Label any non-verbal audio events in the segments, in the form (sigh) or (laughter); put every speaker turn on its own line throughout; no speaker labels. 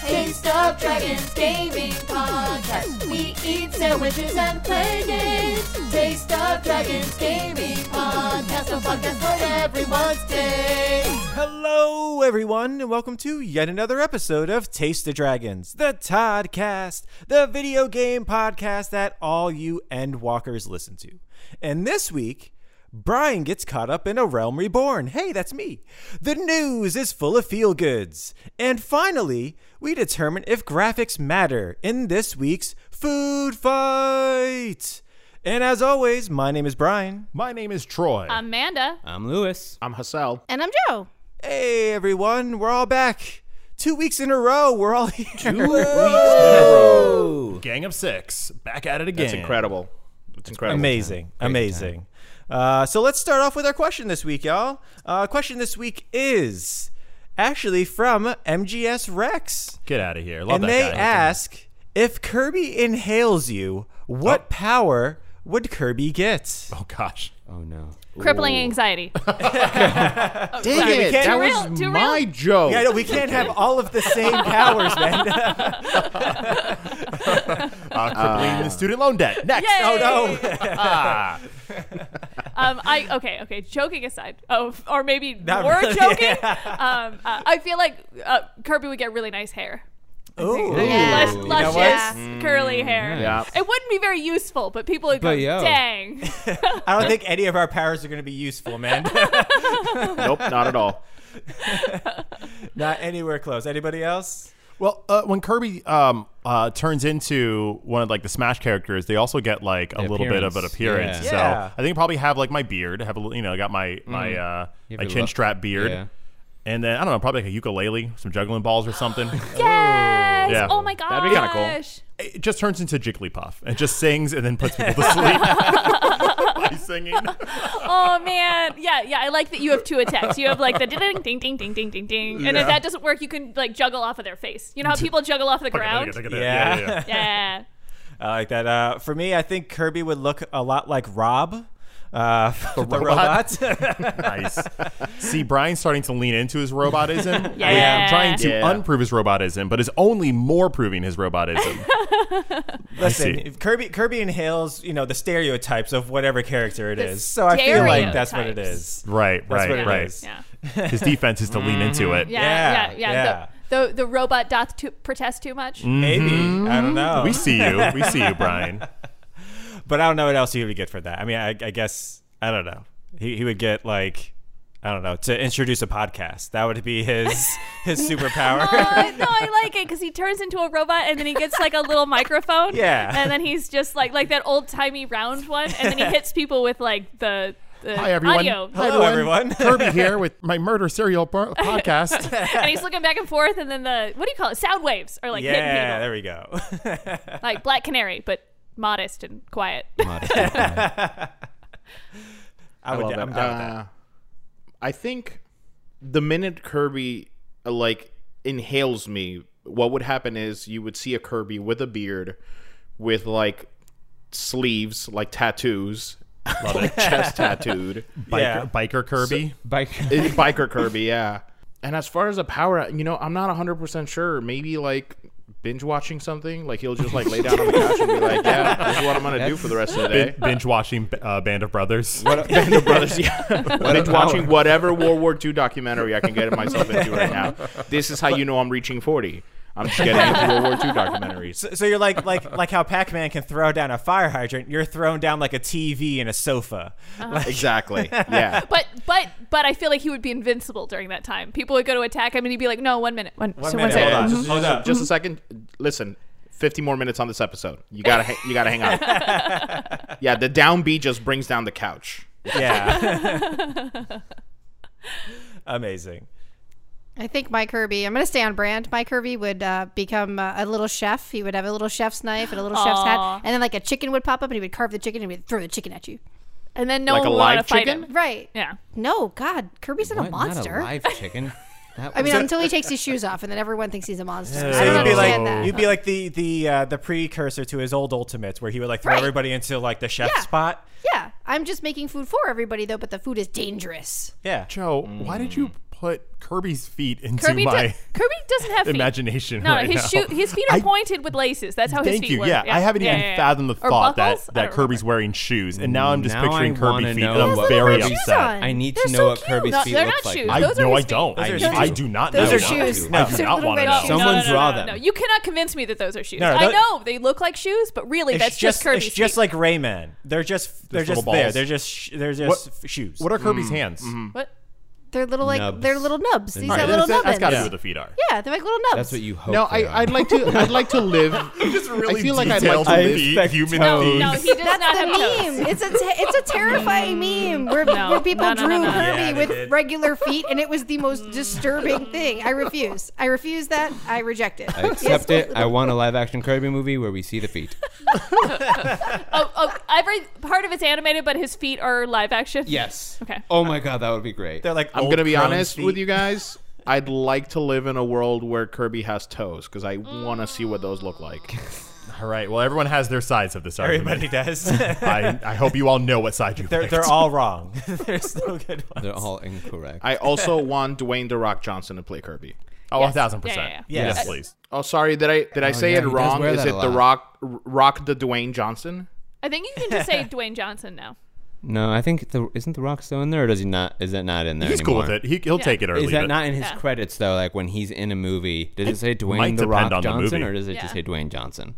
Taste of Dragons Gaming Podcast. We eat sandwiches and play games. Taste of Dragons Gaming Podcast. A podcast for everyone's taste.
Hello, everyone, and welcome to yet another episode of Taste the Dragons, the Toddcast, the video game podcast that all you Endwalkers listen to. And this week, Brian gets caught up in a realm reborn. Hey, that's me. The news is full of feel goods. And finally, we determine if graphics matter in this week's food fight. And as always, my name is Brian.
My name is Troy.
Amanda.
I'm Lewis.
I'm Hassel.
(laughs)
And I'm Joe.
Hey everyone, we're all back. Two weeks in a row, we're all here.
Gang of Six, back at it again.
It's incredible. It's
(laughs)
incredible.
Amazing, amazing. Uh, so let's start off with our question this week, y'all. Uh, question this week is actually from MGS Rex,
Get out of here. Love
and
that
they
guy.
ask if Kirby inhales you, what power would Kirby get?
Oh gosh.
Oh no.
Crippling
(laughs)
anxiety. Oh,
Dang
Sorry, we
it!
can't-
That
Too real,
was
too real.
my joke.
Yeah, no, we can't have all of the same
(laughs)
powers, man.
(laughs) Uh, crippling the student loan debt. Next.
Yay!
Oh no.
(laughs) um, I okay, okay. Joking aside, oh, or maybe
Not
more
really,
joking. Um, uh, I feel like uh, Kirby would get really nice hair.
Ooh.
Lush,
You know
luscious,
what?
curly hair.
Yeah.
It wouldn't be very useful, but people would go,
But yo.
"Dang,
I don't think any of our powers are going to be useful, man. (laughs)
nope, not at all.
Not anywhere close. Anybody else?
Well, uh, when Kirby um, uh, turns into one of like the Smash characters, they also get like a
The
little bit of an
appearance. Mm.
appearance.
Yeah.
So
Yeah.
I think I probably have like my beard. Have a little, you know, I got my my uh,
You have
my
your
chin
look.
strap beard,
Yeah.
and then I don't know, probably like a ukulele, some juggling balls or
(gasps)
something.
yes!
Yeah.
Oh my gosh!"
That'd be kinda cool.
it just turns into Jigglypuff and just sings and then puts people
(laughs)
to sleep. (laughs) He's singing. (laughs)
Oh man, yeah, yeah. I like that you have two attacks. You have like the ding, ding, ding, ding, ding, ding, ding, and if that doesn't work, you can like juggle off of their face. You know how people juggle off the ground?
Yeah.
Yeah.
(laughs) I like that. Uh, for me, I think Kirby would look a lot like Rob, uh, (laughs) the, robot.
robot?
(laughs)
Nice. See, Brian's starting to lean into his
(laughs)
robotism.
Yeah.
I am trying to
Yeah.
unprove his robotism, but is only more proving his robotism.
Listen,
see.
if Kirby Kirby inhales, you you know, the stereotypes of whatever character it is. So I feel like that's what it is.
right,
That's
right,
what it
right.
is.
Yeah.
(laughs) His defense is to lean into it.
Mm-hmm. Yeah, yeah,
Yeah,
yeah.
yeah.
The, the the robot doth to protest too much.
(laughs) Maybe I don't know,
We see you.
(laughs)
We see you, Brian.
but I don't know what else he would get for that. I mean, I, I guess I don't know. He, he would get like I don't know to introduce a podcast. That would be his (laughs) his superpower.
Uh, no, I like it because he turns into a robot and then he gets like a little microphone.
Yeah.
And then he's just like like that old timey round one, and then he hits people with like the. the
Hi, everyone.
Audio.
Hello, everyone.
(laughs)
Kirby here with my murder serial
(laughs)
bar- podcast.
and he's looking back and forth, and then the what do you call it? Sound waves are like hitting
(laughs) yeah,
people.
there we go. (laughs)
like Black Canary, but modest and quiet.
I would.
Love
I'm
it.
down with that.
Uh, I think the minute Kirby uh, like inhales me, what would happen is you would see a Kirby with a beard, with like sleeves, like tattoos, (laughs) like chest tattooed,
(laughs)
Biker,
Yeah.
biker Kirby.
Bike.
It's biker Kirby, yeah. And as far as a power, you know, I'm not 100% sure. Maybe like binge watching something. Like he'll just like lay down on the couch and be like, yeah, this is what I'm going to do for the rest of the day.
binge watching uh, Band of
(laughs)
Brothers.
Band of Brothers, (laughs) yeah. binge watching whatever World War II documentary I can get myself into right now. (laughs) This is how you know I'm reaching 40. I'm just getting into World War II documentaries.
So, so you're like like like how Pac-Man can throw down a fire hydrant. You're thrown down like a TV and a sofa. Like,
Exactly. Yeah.
but but but I feel like he would be invincible during that time. People would go to attack him, and he'd be like, "No, one minute, one,
One
so
minute,
one second.
hold on,
Mhm.
just hold up.
Just a second. Listen, 50 more minutes on this episode. You gotta, ha- you gotta hang on. (laughs) Yeah, the down B just brings down the couch.
yeah. Amazing.
I think Mike Kirby. I'm going to stay on brand. Mike Kirby would uh, become uh, a little chef. He would have a little chef's knife and a little chef's
Aw.
hat, and then like a chicken would pop up, and he would carve the chicken and he would throw the chicken at you.
And then no
Like
one
a
would want to
live
fight
chicken?
him.
Right?
(laughs)
Yeah.
No, God, Kirby's not
What?
a monster.
Not a live
(laughs)
chicken. That
I
was-
mean, until he takes his shoes off, and then everyone thinks he's a monster.
So
I don't
you'd be like
understand that.
you'd be like the the uh, the precursor to his old ultimates, where he would like throw
Right.
everybody into like the chef
Yeah.
spot.
yeah, I'm just making food for everybody though, but the food is dangerous.
Yeah. Mm.
Joe, why did you put Kirby's feet into
Kirby,
my
do- Kirby doesn't have (laughs) feet.
imagination
No,
right
his shoe,
now.
his feet are
I-
pointed with laces. That's how his
Thank
feet
you.
work.
Yeah, I haven't
Yeah,
even
yeah, yeah.
fathomed the
Or
thought
buckles?
that,
I
that
don't
Kirby's wearing shoes, and
Mm,
now I'm just
Now
picturing
I
Kirby
wanna
feet,
know
and I'm
what
very
Kirby's shoes
upset.
on.
I need
They're
to know
so
what
cute.
Kirby's
No,
feet
they're
look
not
like.
shoes.
I
Those are
no,
his
I
feet.
don't. I,
Those are
I
shoes.
do not
Those
know.
are
what-
shoes.
I
No.
do not
Silver
want to
red
No,
know.
shoes.
no,
Someone
no, no,
draw
no, no,
them.
No, you cannot convince me that those are shoes.
No,
I
that-
know they look like shoes, but really,
It's
that's just, Kirby's
it's just
feet.
like Rayman. They're just they're just,
little
there.
balls.
They're just sh- they're just
What-
f- shoes.
What are Kirby's hands?
what?
They're little like
Nubs.
they're little nubs. These
All
are
right,
little
that's- that's
nubbins.
got to be where the feet are.
Yeah, they're like little nubs.
That's what you hope.
No,
they
I,
are.
I'd like to. I'd like to (laughs) live.
Just
I feel like I'd like
detailed
to
feet,
live-
expect
human
toes.
feet.
No, he does not
(laughs) That's the
have toes.
meme. It's a te- it's a terrifying meme where,
No.
where people
No, no, no,
drew
no, no.
Kirby
Yeah, they
with
did.
regular feet, and it was the (laughs) most disturbing thing. I refuse. I refuse that. I reject it.
I accept it. I want a live action Kirby movie where we see the (laughs) feet.
Oh, oh, every part of it's animated, but his feet are live action.
Yes.
Okay.
Oh my god, that would be great.
They're like
I'm
old
gonna be
crone's
honest
feet.
with you guys. I'd like to live in a world where Kirby has toes because I want to see what those look like.
All right. Well, everyone has their sides of this
Everybody
argument.
does.
I, I hope you all know what side you
they're
picked.
they're all
(laughs)
wrong. (laughs) There's no good ones.
They're all incorrect.
(laughs) I also want Dwayne the Rock Johnson to play Kirby.
oh,
Yes.
a thousand
Yeah, yeah,
percent.
yeah.
Yes.
Yes, please.
Oh, sorry. Did I did I say
yeah,
it
he does
wrong?
wear
Is
that
it
a
the
lot.
Rock Rock the Dwayne Johnson?
I think you can just say Dwayne Johnson now.
no, I think the isn't the Rock still in there, or does he not? Is that not in there?
He's cool
anymore?
with it. He, he'll take it or
Is
leave
that
it.
not in his
Yeah.
credits though? Like when he's in a movie, does it say Dwayne
might
the Rock
depend on the
Johnson,
movie.
or does it
Yeah.
just say Dwayne Johnson?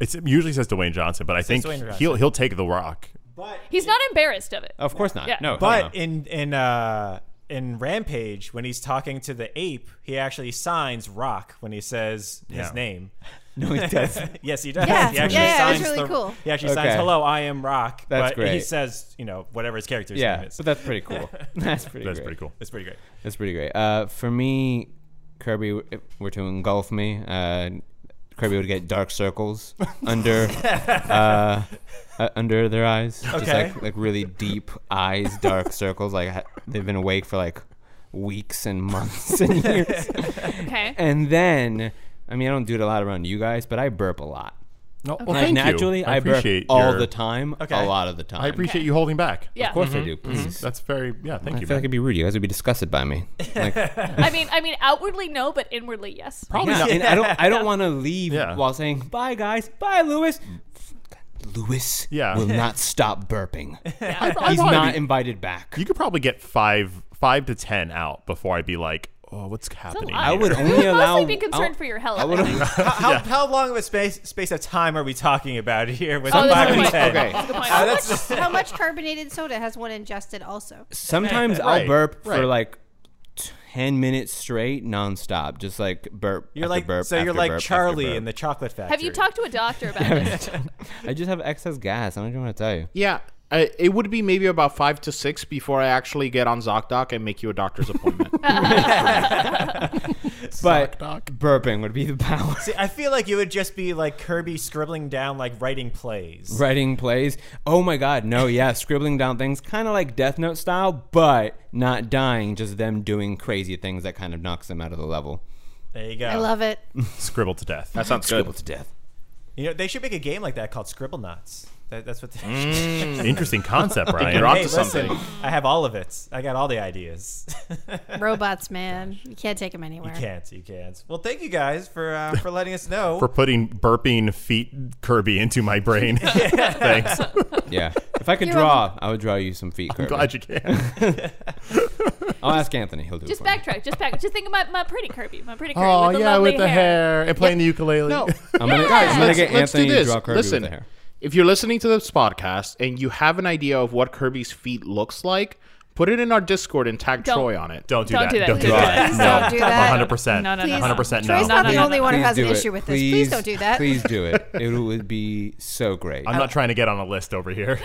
It's, it usually says Dwayne Johnson, but I think
Dwayne Johnson.
he'll he'll take the Rock.
But
He's not embarrassed of it.
Of course not.
Yeah.
No, hell
But
Oh, no.
in in uh in Rampage, when he's talking to the ape, he actually signs Rock when he says
Yeah.
his
(laughs)
name.
no,
(laughs)
he does.
Yes, he does.
Yeah,
he actually
yeah, that's
signs
really
the-
cool.
He actually
Okay.
signs "Hello, I am Rock,"
That's
but he
great.
says, you know, whatever his character's name
yeah,
is.
but that's
(laughs)
pretty cool. That's pretty.
That's
great.
pretty cool.
It's pretty
(laughs)
great.
That's pretty great. Uh, for me, Kirby if were to engulf me. Uh, Kirby would get
(laughs)
dark circles under uh, uh, under their eyes, just
Okay.
like like really deep eyes,
(laughs)
dark circles. Like ha- they've been awake for like weeks and months
(laughs)
and years.
Okay.
and then, I mean, I don't do it a lot around you guys, but I burp a lot.
No, well,
Like,
thank you.
naturally, I, burp
appreciate
all
your-
the time,
Okay.
a lot of the time.
I appreciate Mm-hmm. you holding back.
yeah.
Of course I do. Please.
That's very yeah. Thank
I
you.
feel like it'd be rude. You guys would be disgusted by me. Like,
I mean, I mean, outwardly no, but inwardly yes.
(laughs)
Probably not. And I don't. I don't want to leave
Yeah.
while saying bye, guys. Bye, Lewis. Lewis
Yeah. (laughs)
will not stop burping.
man.
He's
I'd probably
not
be-
invited back.
you could probably get five five to ten out before I'd be like, oh, what's happening?
lot. I
would
(laughs) here?
only
You would
allow-
mostly be concerned
I'll-
for your health. Oh,
I would-
How, how, how long of a space space of time are we talking about here? With
Oh, that's
five
a good
and
point.
ten?
Okay.
Good point.
Uh, that's
How much carbonated soda has one ingested? Also,
(laughs)
Sometimes I'll
Right,
burp for
right.
like ten minutes straight, nonstop, just like burp.
you're
after
like
burp
so you're
after burp
like
after
Charlie
burp.
in the Chocolate Factory.
Have you talked to a doctor about this?
I just have excess gas. I don't even want to tell you.
Yeah, I, it would be maybe about five to six before I actually get on ZocDoc and make you a doctor's (laughs) appointment.
But burping would be the power.
See, I feel like you would just be like Kirby scribbling down like writing plays.
(laughs) Writing plays. Oh my god,
(laughs)
no, yeah, scribbling down things, kind of like Death Note style, but not dying, just them doing crazy things that kind of knocks them out of the level.
There you go.
I love it.
scribble to death.
that sounds good.
to death.
you know, they should make a game like that called Scribble Knots. That, that's what. They
(laughs)
Mm.
Interesting concept, Brian.
you're
hey,
onto
listen,
something.
I have all of it. I got all the ideas. (laughs)
Robots, man, you can't take them anywhere.
can't you can't. Well, thank you guys for uh, for letting us know.
for putting burping feet Kirby into my brain. (laughs) Thanks.
Yeah. If I could
You're
draw, I would draw you some feet, Kirby.
Glad you can.
I'll ask Anthony. He'll do
just
it. for me.
backtrack. Just back. Just think about my pretty Kirby. My pretty Kirby.
Oh
with the
yeah,
lovely
with the hair, and playing the ukulele.
No,
I'm gonna,
Guys,
I'm gonna
let's,
get
let's
Anthony
do
to
this.
draw Kirby
Listen,
with the hair.
if you're listening to this podcast and you have an idea of what Kirby's feet looks like, put it in our Discord and tag
Don't.
Troy on it.
Don't do
Don't
that.
do that.
Don't do
Please
that.
don't
No.
do that.
100%.
No, no, no.
Please,
100% no.
Troy's not the
No, no,
only
no.
one who has an
do it.
issue with this. Please don't do that.
Please do it. It would be so great.
I'm not trying to get on a list
(laughs)
over here.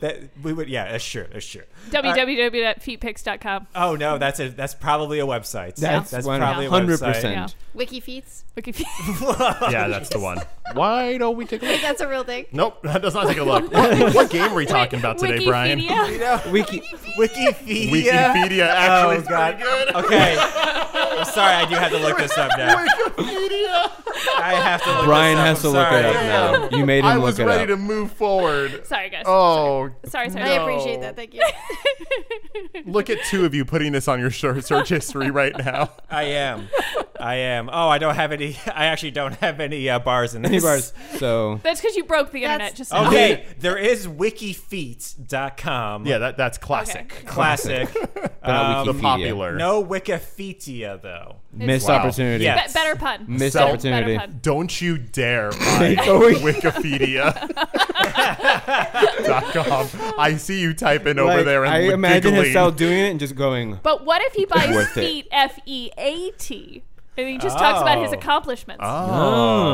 that we would, yeah, that's sure, that's sure.
www.feetpics.com.
Oh no, that's a that's probably a website.
That's, one
probably a
hundred
(laughs) website.
percent.
Wiki feets.
Wiki-
yeah, that's the one.
Why don't we take a look?
That's a real (laughs) thing.
Nope, that does not take a look. What, what game were you talking about today, Brian?
Wikipedia.
Wiki.
Wikipedia.
Wikipedia actually
Oh
is
god.
pretty good.
Okay. sorry, I do have to look this up
(laughs)
now. I have to look
Brian
this up.
has
I'm
to look
sorry.
it up now. You made him
I
look
was
it
ready
up.
to move
(laughs)
forward.
(laughs) Sorry, guys.
Oh,
sorry, sorry.
I appreciate that. Thank you.
Look at two of you putting this on your search search history right now.
I am. I am. Oh, I don't have any. (laughs) I actually don't have any uh, bars in this.
Any bars. So
That's because you broke the internet.
That's-
Just now.
(laughs) Okay, there is wikifeet.com.
Yeah, that, that's classic.
Classic. Um,
not
The
Wikipedia.
popular.
no Wikipedia, though.
missed
Wow.
opportunity.
(laughs)
(laughs)
Yeah.
Be- better pun.
Missed
Better-
opportunity.
Better pun.
Don't you dare buy Wikipedia.com. I see you typing over
Like,
there and
I imagine
giggling.
himself doing it and just going.
But what if he buys
Worth it.
feet F E A T? And he just talks about his
Oh.
accomplishments.
Oh,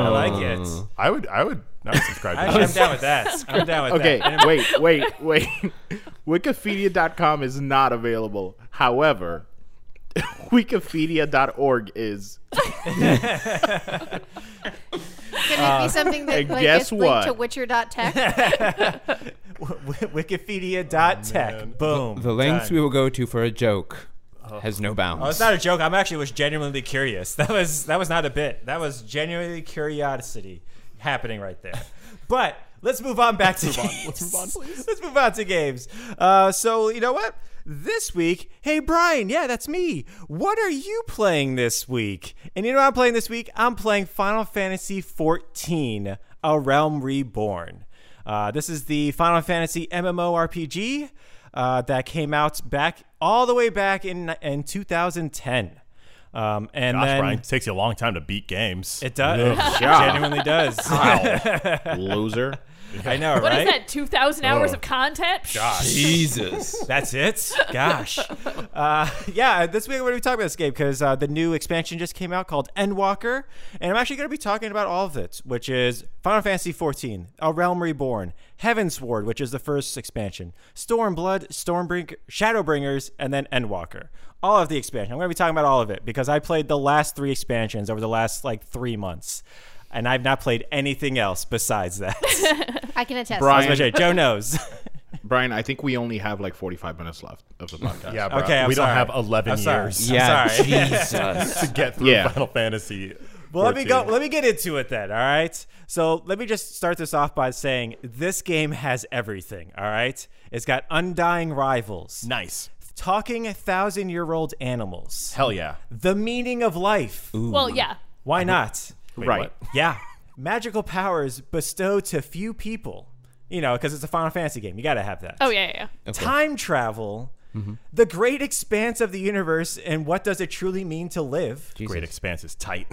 I like it.
I would, I would not subscribe to
Actually, I'm
that.
down with that. I'm down with
Okay,
that.
wait, wait, wait. (laughs) Wikipedia.com is not available. However, (laughs) Wikipedia.org is.
Can it be something that
and
like,
guess
is linked to
what?
Witcher.tech?
(laughs) Wikipedia.tech. Boom.
The lengths
Done.
we will go to for a joke has no
Oh, it's
bounds.
not a joke. I'm actually was genuinely curious. (laughs) That was that was not a bit. That was genuinely curiosity happening right (laughs) there. But let's move on back to games. Let's move on, please. (laughs) Let's move on to games. Uh, so you know what? This week, hey Brian, yeah, that's me. What are you playing this week? And you know what I'm playing this week? I'm playing Final Fantasy XIV: A Realm Reborn. Uh, this is the Final Fantasy MMORPG uh, that came out back all the way back in in 2010. Um, and
Gosh,
then
Brian, it takes you a long time to beat games.
it does. It genuinely does.
Wow. Loser.
(laughs) I know,
What is
right? Oh.
that? Two thousand hours of content?
Jesus.
That's it. Gosh. Uh, yeah, this week we're going to be talking about this game because uh, the new expansion just came out called Endwalker, and I'm actually going to be talking about all of it, which is Final Fantasy XIV, A Realm Reborn, Heavensward, which is the first expansion, Stormblood, Stormbring, Shadowbringers, and then Endwalker. All of the expansion. I'm going to be talking about all of it because I played the last three expansions over the last like three months, and I've not played anything else besides that.
I can
I was
(laughs)
attest.
Brian,
gonna say, Joe knows.
Brian, I think we only have like 45 minutes left of the podcast.
yeah, bro.
Okay, I'm
we don't
sorry.
have 11
I'm sorry.
years
Yeah,
I'm sorry.
(laughs) Jesus.
(laughs) to get through
Yeah.
Final Fantasy.
Well, let me go.
14.
Let me get into it then. All right. So let me just start this off by saying this game has everything. All right. It's got undying rivals,
Nice.
talking a thousand-year-old animals,
Hell yeah.
the meaning of life.
Well, yeah.
Why not?
Wait,
Right.
what?
Yeah. Magical powers bestowed to few people. You know, because it's a Final Fantasy game. You got to have that.
Oh yeah, yeah. yeah.
Time travel. The great expanse of the universe, and what does it truly mean to live?
Great Expanse is tight.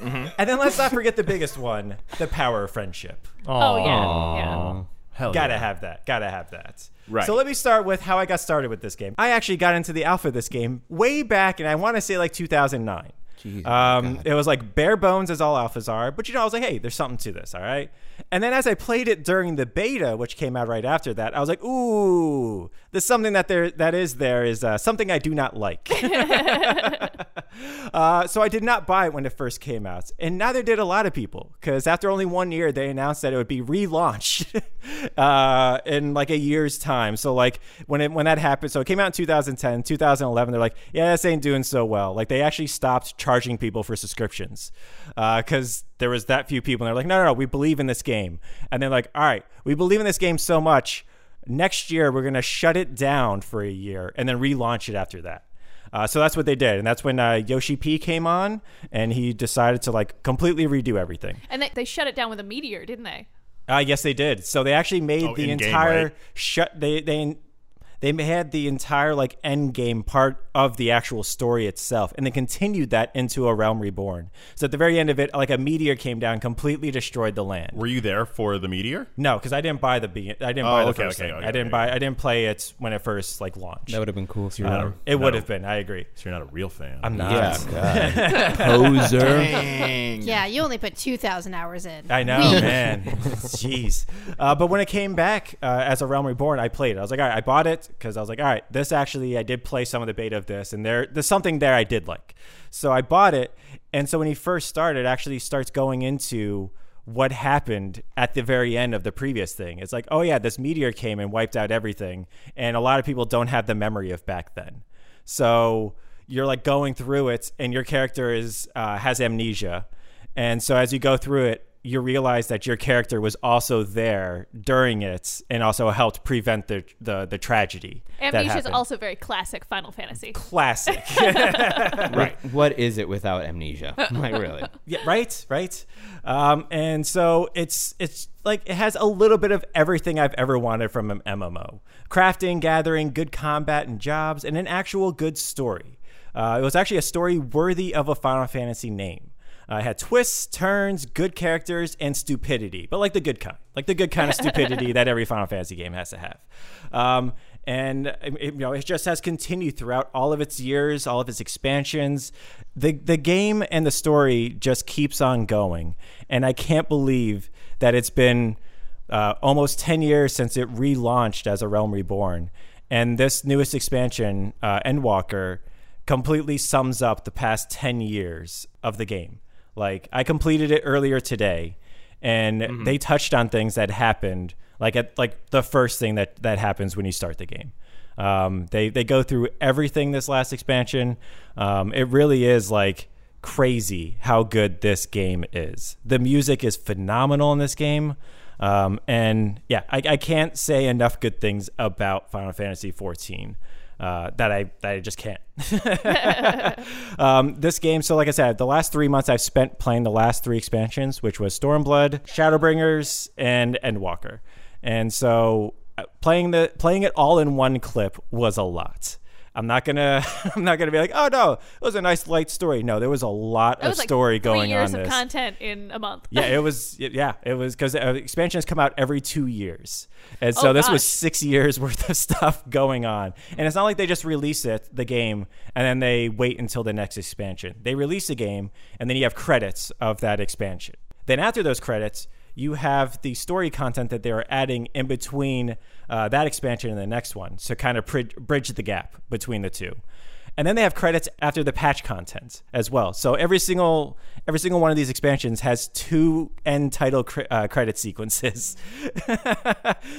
And then let's not forget the biggest one the power of friendship.
Oh yeah. yeah.
Hell
Gotta
yeah.
have that. Gotta have that.
Right.
So let me start with how I got started with this game. I actually got into the alpha of this game way back, and I want to say like 2009. um, it was like bare bones as all alphas are, but you know, I was like, hey, there's something to this, all right? And then as I played it during the beta, which came out right after that, I was like, ooh, there's something that there that is there is uh, something I do not like. Uh, so I did not buy it when it first came out, and neither did a lot of people, because after only one year, they announced that it would be relaunched (laughs) uh, in like a year's time. So like when it, when that happened, so it came out in 2010, 2011. They're like, yeah, this ain't doing so well. Like they actually stopped charging people for subscriptions, because there was that few people, and they're like, no, no, no, we believe in this game, and they're like, all right, we believe in this game so much. Next year, we're gonna shut it down for a year and then relaunch it after that. Uh, so that's what they did, and that's when uh, Yoshi P came on, and he decided to like completely redo everything.
And they, they shut it down with a meteor, didn't they?
Uh, yes, they did. So they actually made
Oh,
the
in-game,
entire
right?
shut. They they they had the entire like end game part of the actual story itself, and they continued that into a Realm Reborn. So at the very end of it, like a meteor came down, completely destroyed the land.
Were you there for the meteor?
No, because I didn't buy the be- I didn't buy the
Oh, okay,
first
okay,
thing.
okay,
I didn't
okay.
buy. I didn't play it when it first like launched.
That would have been cool if you were.
it would
no.
have been. I agree.
So you're not a real fan.
I'm not.
Yeah, God. Poser.
(laughs) Dang.
Yeah, you only put 2,000 hours in.
I know, man. Jeez. Uh, but when it came back uh, as a Realm Reborn, I played it. I was like, all right, I bought it because I was like, all right, this actually, I did play some of the beta of this, and there, there's something there I did like. So I bought it, and so when he first started, it actually starts going into what happened at the very end of the previous thing. It's like, oh yeah, this meteor came and wiped out everything, and a lot of people don't have the memory of back then. So you're like going through it, and your character is uh, has amnesia, and so as you go through it, you realize that your character was also there during it, and also helped prevent the the, the tragedy. that
Amnesia is
happened.
also very classic Final Fantasy.
classic.
Right. What is it without amnesia? Like really?
Yeah, right, right. Um, and so it's it's like it has a little bit of everything I've ever wanted from an MMO: crafting, gathering, good combat and jobs, and an actual good story. Uh, it was actually a story worthy of a Final Fantasy name. Uh, it had twists, turns, good characters, and stupidity, but like the good kind, like the good kind of stupidity that every Final Fantasy game has to have. Um, and it, it, you know it just has continued throughout all of its years, all of its expansions. The the game and the story just keeps on going, and I can't believe that it's been uh, almost ten years since it relaunched as a Realm Reborn, and this newest expansion, uh, Endwalker, completely sums up the past ten years of the game. Like I completed it earlier today, and they touched on things that happened like at like the first thing that that happens when you start the game um, they they go through everything this last expansion um, it really is like crazy how good this game is the music is phenomenal in this game um, and yeah I, I can't say enough good things about final fantasy 14 uh, that I that I just can't. (laughs) um, this game, so like I said, the last three months I've spent playing the last three expansions, which was Stormblood, Shadowbringers, and Endwalker, and so uh, playing the playing it all in one clip was a lot. I'm not gonna (laughs) I'm not gonna be like, oh no, it was a nice light story. No, there was a lot
That
of
was like
story
three
going
years
on.
of
this
content in a month.
yeah, it was. Yeah, it was because uh, expansions come out every two years, and so
Oh,
this was
gosh.
six years (laughs) worth of stuff going on. And it's not like they just release it, the game, and then they wait until the next expansion. They release a game, and then you have credits of that expansion. Then after those credits, you have the story content that they are adding in between uh, that expansion and the next one, so kind of prid- bridge the gap between the two and then they have credits after the patch content as well. So every single every single one of these expansions has two end title cre- uh, credit sequences. (laughs)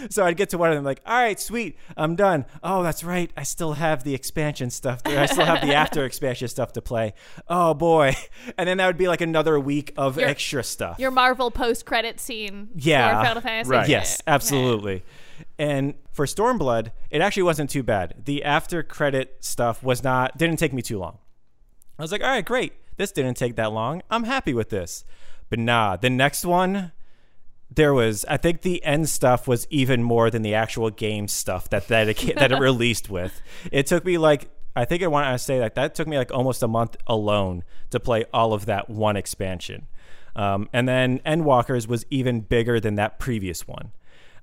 so I'd get to one of them like, "All right, sweet, I'm done. Oh, that's right, I still have the expansion stuff. There. I still have the after expansion stuff to play. Oh boy!" And then that would be like another week of
Your-
extra stuff.
Your Marvel post credit scene.
Yeah.
For Final Fantasy.
Right.
Yes, absolutely. And for Stormblood, it actually wasn't too bad. The after credit stuff was not didn't take me too long. I was like, all right, great. This didn't take that long. I'm happy with this. But nah, the next one, there was I think the end stuff was even more than the actual game stuff that that it, ca- that it released with. It took me like I think I want to say like that took me like almost a month alone to play all of that one expansion. Um, and then Endwalkers was even bigger than that previous one.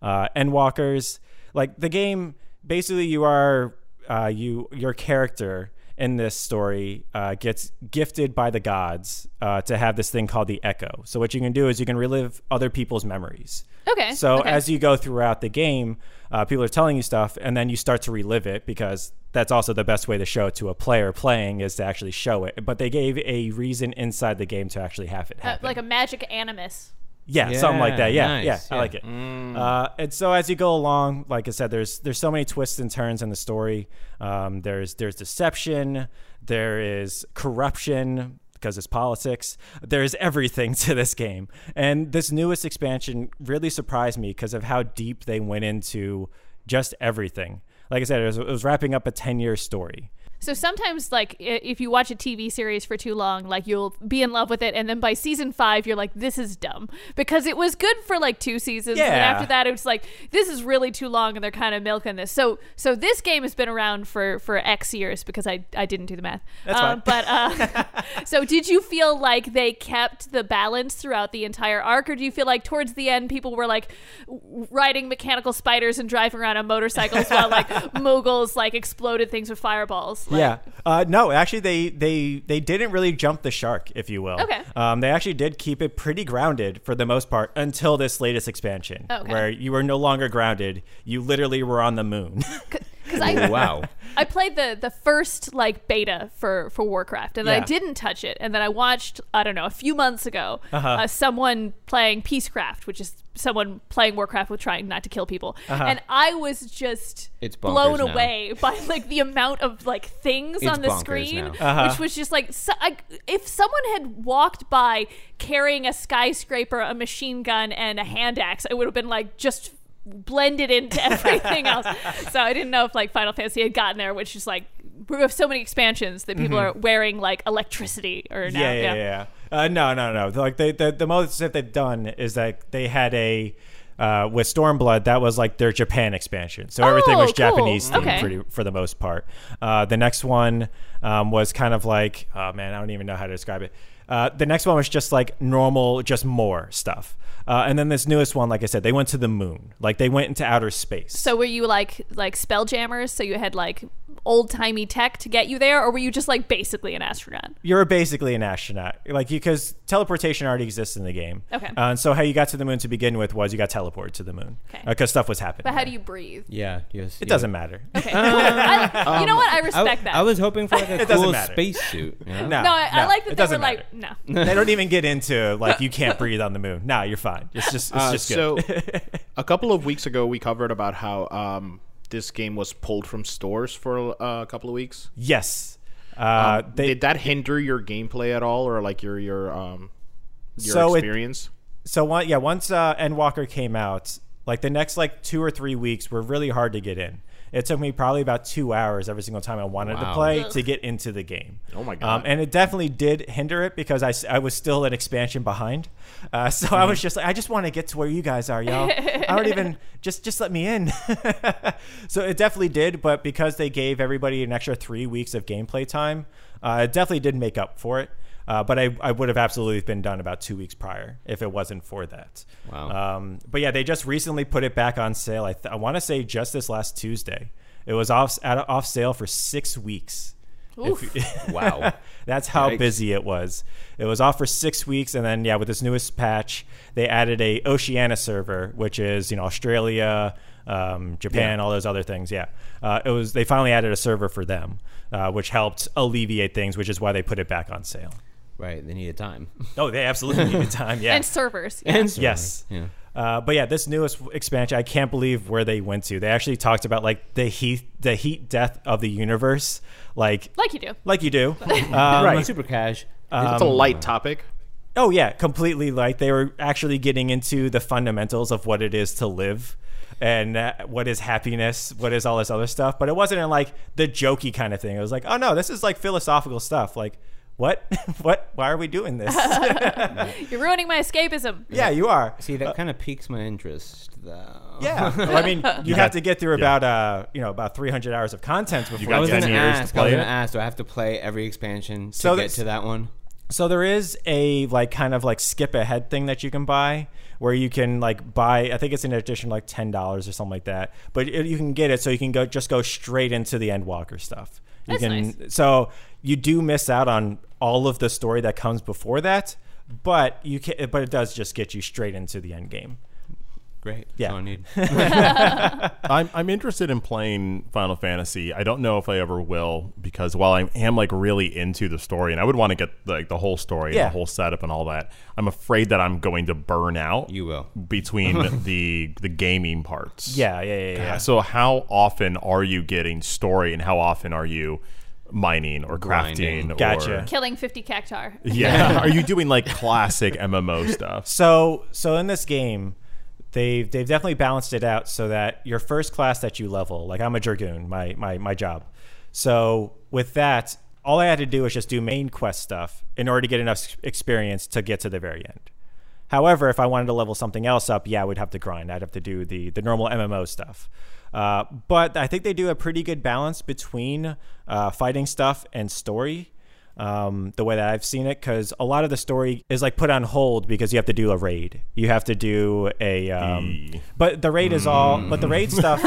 Uh, Endwalkers, like the game, basically you are uh, you your character in this story uh, gets gifted by the gods uh, to have this thing called the Echo. So what you can do is you can relive other people's memories.
Okay,
So
okay.
as you go throughout the game, uh, people are telling you stuff, and then you start to relive it because that's also the best way to show it to a player playing is to actually show it. But they gave a reason inside the game to actually have it
Uh,
happen.
like a magic animus.
Yeah, something like
Yeah,
that. Yeah,
nice,
yeah, I
yeah.
like it. Uh, and so as you go along, like I said, there's there's so many twists and turns in the story. Um, there's there's deception, there is corruption because it's politics. There's everything (laughs) to this game, and this newest expansion really surprised me because of how deep they went into just everything. Like I said, it was, it was wrapping up a ten year story.
So sometimes, like, i- if you watch a TV series for too long, like, you'll be in love with it. And then by season five, you're like, this is dumb. Because it was good for, like, two seasons. And
Yeah.
after that, it was like, this is really too long. And they're kind of milking this. So so this game has been around for, for X years because I, I didn't do the math. That's
fine.
But
(laughs)
uh, so did you feel like they kept the balance throughout the entire arc? Or do you feel like towards the end, people were, like, w- riding mechanical spiders and driving around on motorcycles while,
(laughs)
like, moguls, like, exploded things with fireballs?
yeah. Uh, no, actually, they they they didn't really jump the shark, if you will.
Okay.
Um, they actually did keep it pretty grounded for the most part until this latest expansion,
Oh, Okay.
where you were no longer grounded. You literally were on the moon. (laughs)
because I
wow.
I played the the first like beta for for Warcraft, and I
Yeah.
didn't touch it. And then I watched I don't know a few months ago
Uh-huh.
uh, someone playing Peacecraft, which is someone playing Warcraft with trying not to kill people, and I was just
Uh-huh. It's bonkers
blown
now.
away by like the amount of like things
It's
on the
bonkers
screen,
now.
Uh-huh.
which was just like so, I, if someone had walked by carrying a skyscraper, a machine gun, and a hand axe, it would have been like just blended
(laughs)
into everything else. So I didn't know if like Final Fantasy had gotten there, which is like we have so many expansions that people are wearing like electricity or now.
Mm-hmm. yeah, yeah, yeah. Uh, no, no, no. Like they, the the most that they've done is like they had a uh, with Stormblood that was like their Japan expansion, so everything
Oh,
was
cool.
Japanese themed
Okay.
pretty, for the most part. Uh, the next one um, was kind of like oh man, I don't even know how to describe it. Uh, the next one was just like normal, just more stuff. Uh, and then this newest one, like I said, they went to the moon. Like they went into outer space.
So were you like like spell jammers? So you had like old timey tech to get you there, or were you just like basically an astronaut?
you're basically an astronaut, like because teleportation already exists in the game.
Okay.
Uh, and so how you got to the moon to begin with was you got teleported to the moon.
Okay.
Because stuff was happening.
But how do you breathe?
Yeah. Yes.
it doesn't matter.
Okay. I,
Um,
you know what? I
I,
respect that.
I was hoping for like a
doesn't
cool
matter.
spacesuit. You
(laughs)
know?
No,
no, I, I
no,
like that
it
they were
doesn't
like, no.
(laughs) matter. they don't even get into like you can't breathe on the moon. Nah, you're fine. It's just it's
Uh,
just good.
so
(laughs)
a couple of weeks ago we covered about how um, this game was pulled from stores for uh, a couple of weeks
yes. Uh, they,
did that hinder your gameplay at all or like your your um your
So it-
experience
so one yeah once uh, Endwalker came out, like the next like two or three weeks were really hard to get in. It took me probably about two hours every single time I wanted to
Wow.
play to get into the game.
Oh my God.
Um, and it definitely did hinder it because I, s- I was still an expansion behind. Uh, (laughs) so
Mm-hmm.
I was just like, I just want to get to where you guys are, y'all. I don't even just just let me in. (laughs) so it definitely did, but because they gave everybody an extra three weeks of gameplay time, uh, it definitely did make up for it. Uh, but I, I would have absolutely been done about two weeks prior if it wasn't for that.
Wow.
Um, but yeah, they just recently put it back on sale. I, th- I want to say just this last Tuesday. It was off at, off sale for six weeks.
Oof.
(laughs)
Wow.
That's how
Yikes.
busy it was. It was off for six weeks, and then yeah, with this newest patch, they added a Oceania server, which is you know Australia, um, Japan, all those other things. Yeah, uh, it was. They finally added a server for them, uh, which helped alleviate things, which is why they put it back on sale.
right. They needed time.
Oh, they absolutely needed time. Yeah,
And servers. Yeah.
And
Yes.
Yeah.
Uh, but yeah, this newest expansion, I can't believe where they went to. They actually talked about like the heat, the heat death of the universe, like
Like you do.
like you do. Um,
right. Super cash. Um,
it's a light
(laughs)
topic
Oh yeah, completely. Like they were actually getting into the fundamentals of what it is to live, and uh, what is happiness, what is all this other stuff. But it wasn't in like the jokey kind of thing. It was like, oh no, this is like philosophical stuff. Like, what, (laughs) what? Why are we doing this?
You're ruining my escapism.
yeah, you are.
See, that kind of piques my interest, though.
Yeah, Well, I mean, you have
got-
to get through about uh, you know, about 300 hours of content before.
got
I
you
was
get
10
gonna
years to
ask. I was
play
gonna
it.
ask. Do I have to play every expansion to
So
get
that's-
to that one?
So there is a like kind of like skip ahead thing that you can buy where you can like buy I think it's an additional like ten dollars or something like that. But it, you can get it so you can go just go straight into the Endwalker stuff. You
That's
can so you do miss out on all of the story that comes before that, but you can but it does just get you straight into the end game.
Great. That's
Yeah.
all I need.
I'm I'm interested in playing Final Fantasy. I don't know if I ever will because while I am like really into the story and I would want to get like the whole story
Yeah.
and the whole setup and all that, I'm afraid that I'm going to burn out.
You will.
(laughs)
between the the gaming parts.
Yeah, yeah, yeah, yeah.
Yeah, So how often are you getting story and how often are you mining or crafting?
Grinding.
Or,
Gotcha.
Killing 50 cactar.
(laughs)
Yeah. are you doing like classic MMO stuff?
So so in this game, they've they've definitely balanced it out so that your first class that you level, like I'm a dragoon, my my my job. So with that, all I had to do was just do main quest stuff in order to get enough s- experience to get to the very end. However, if I wanted to level something else up, yeah, I would have to grind. I'd have to do the the normal MMO stuff. Uh, but I think they do a pretty good balance between uh, fighting stuff and story um, the way that I've seen it, because a lot of the story is like put on hold because you have to do a raid. You have to do a, um, but the raid is all, but the raid stuff.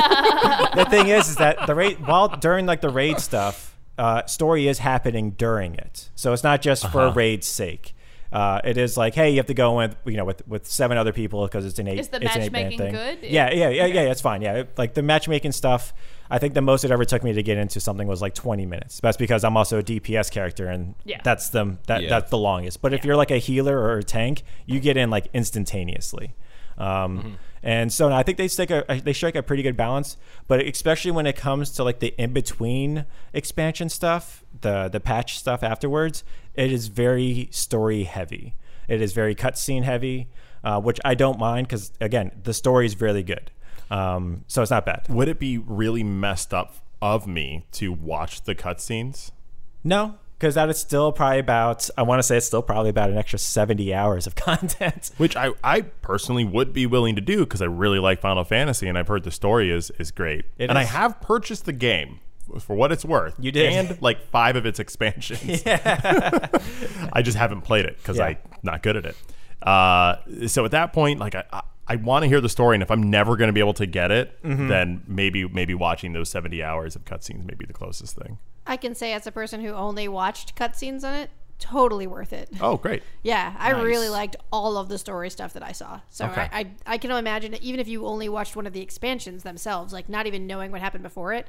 the thing is, is that the raid while during like the raid stuff, uh, story is happening during it, so it's not just for raid's sake. Uh, it is like, hey, you have to go in, you know, with with seven other people because it's an eight.
Is the
it's an eight-man
matchmaking
thing.
good?
Yeah, yeah, yeah, yeah. It's fine. Yeah, It- like the matchmaking stuff. I think the most it ever took me to get into something was like 20 minutes. That's because I'm also a DPS character, and
Yeah.
that's the that
Yeah.
that's the longest. But if you're like a healer or a tank, you get in like instantaneously. Um, And so I think they stick a they strike a pretty good balance, but especially when it comes to like the in between expansion stuff, the the patch stuff afterwards, it is very story heavy. It is very cutscene heavy, uh, which I don't mind because again, the story is really good, um, so it's not bad.
Would it be really messed up of me to watch the cutscenes?
No, because that is still probably about I want to say it's still probably about an extra seventy hours of (laughs) content.
Which I, I personally would be willing to do because I really like Final Fantasy and I've heard the story is is great.
It
and I
is.
have purchased the game for what it's worth.
You did.
And like five of its
(laughs)
expansions. (laughs) I just haven't played it because
Yeah.
I'm not good at it. Uh, so at that point, like I, I, I want to hear the story, and if I'm never going to be able to get it,
Mm-hmm.
then maybe maybe watching those 70 hours of cutscenes may be the closest thing.
I can say as a person who only watched cutscenes on it, totally worth it.
Oh, great.
Yeah, I really
Nice.
liked all of the story stuff that I saw. So
Okay.
I, I, I can imagine that even if you only watched one of the expansions themselves, like not even knowing what happened before it,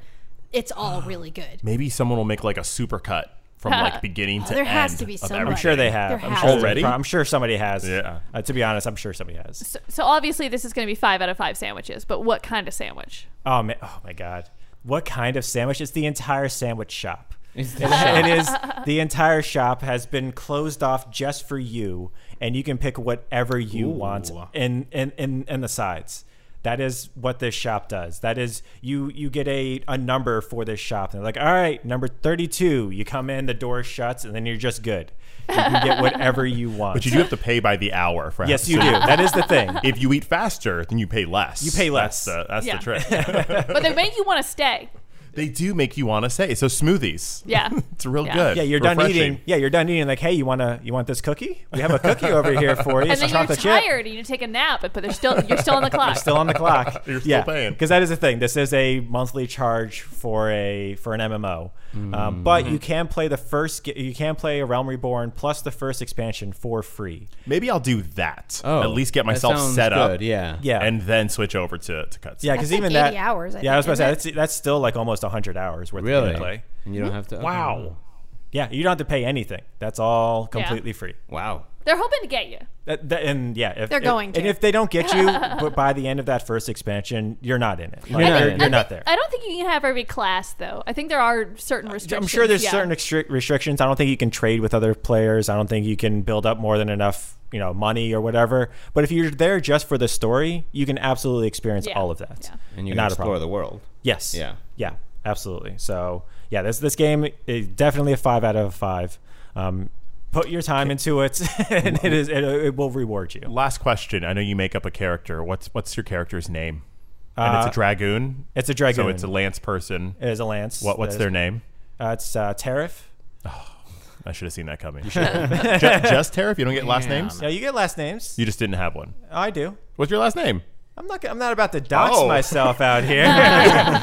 it's
(sighs)
all really good.
Maybe someone will make like a supercut
(laughs)
from like beginning to
there
end.
has to be
of
someone.
I'm
everything.
sure they have.
There
I'm
has
sure
to
Already?
I'm sure somebody has.
Yeah.
Uh, to be honest, I'm sure somebody has.
So, so obviously this is going to be five out of five sandwiches, but what kind of sandwich?
Oh man. Oh my god. What kind of sandwich? It's the entire sandwich shop.
Is
it is the entire shop has been closed off just for you, and you can pick whatever you want in in, in in the sides. That is what this shop does. That is you you get a, a number for this shop. And they're like, all right, number thirty two. You come in, the door shuts, and then you're just good. You can get whatever you want.
(laughs) But you do have to pay by the hour for
yes, you
so
do. That is the
(laughs)
thing.
If you eat faster, then you pay less. You
pay less.
That's the, that's
Yeah.
the trick.
(laughs)
But they make you want to stay.
they do make you want to say so. Smoothies.
(laughs)
Yeah.
(laughs) it's real
Yeah.
good.
Yeah, you're done
refreshing.
eating. Yeah, you're done eating. Like, hey, you wanna you want this cookie? We have a
(laughs)
cookie over here for
And
you. It's
then you're
chocolate chip.
tired and you take a nap, but they're still you're still on
(laughs)
the clock.
Still on the clock.
(laughs) You're still paying.
Because that is the thing. This is a monthly charge for a for an MMO,
Mm.
um,
Mm-hmm.
but you can play the first. ge- You can play a Realm Reborn plus the first expansion for free.
Maybe I'll do that.
Oh,
At least get
that
myself
sounds
set up.
good, Yeah.
Yeah,
And then switch over to to cuts.
yeah, because
like
even
80
that
hours, I
yeah, I was
think,
about to say that's
isn't
that's still like almost hundred hours worth
Really?
of play.
And you don't have to. okay.
Wow.
Mm-hmm. Yeah, you don't have to pay anything. That's all completely free.
Wow.
They're hoping to get you.
That, that, and yeah, if,
They're
if-
going to.
And if they don't get
(laughs)
you, but by the end of that first expansion, you're not in it. Like,
not
you're,
in it.
you're not there.
I don't think you can have every class though. I think there are certain restrictions.
I'm sure there's
yeah.
certain restric- restrictions. I don't think you can trade with other players. I don't think you can build up more than enough, you know, money or whatever. But if you're there just for the story, you can absolutely experience
Yeah.
all of that.
Yeah.
And you can
Not a
explore
problem.
the world.
Yes.
Yeah.
Yeah. Absolutely. So yeah, this this game is definitely a five out of five. Um, put your time into it, (laughs) and it is it, it will reward you.
Last question. I know you make up a character. What's what's your character's name? and it's a dragoon.
Uh, It's a dragoon.
So it's a lance person.
It is a lance.
What what's
That
their
is-
name?
Uh, it's uh, Tariff.
I should have seen that coming. (laughs) just, just Tariff. You don't get last names.
Yeah, you get last names.
You just didn't have one.
I do.
What's your last name?
I'm not. I'm not about to dox
Oh.
myself
(laughs)
out here.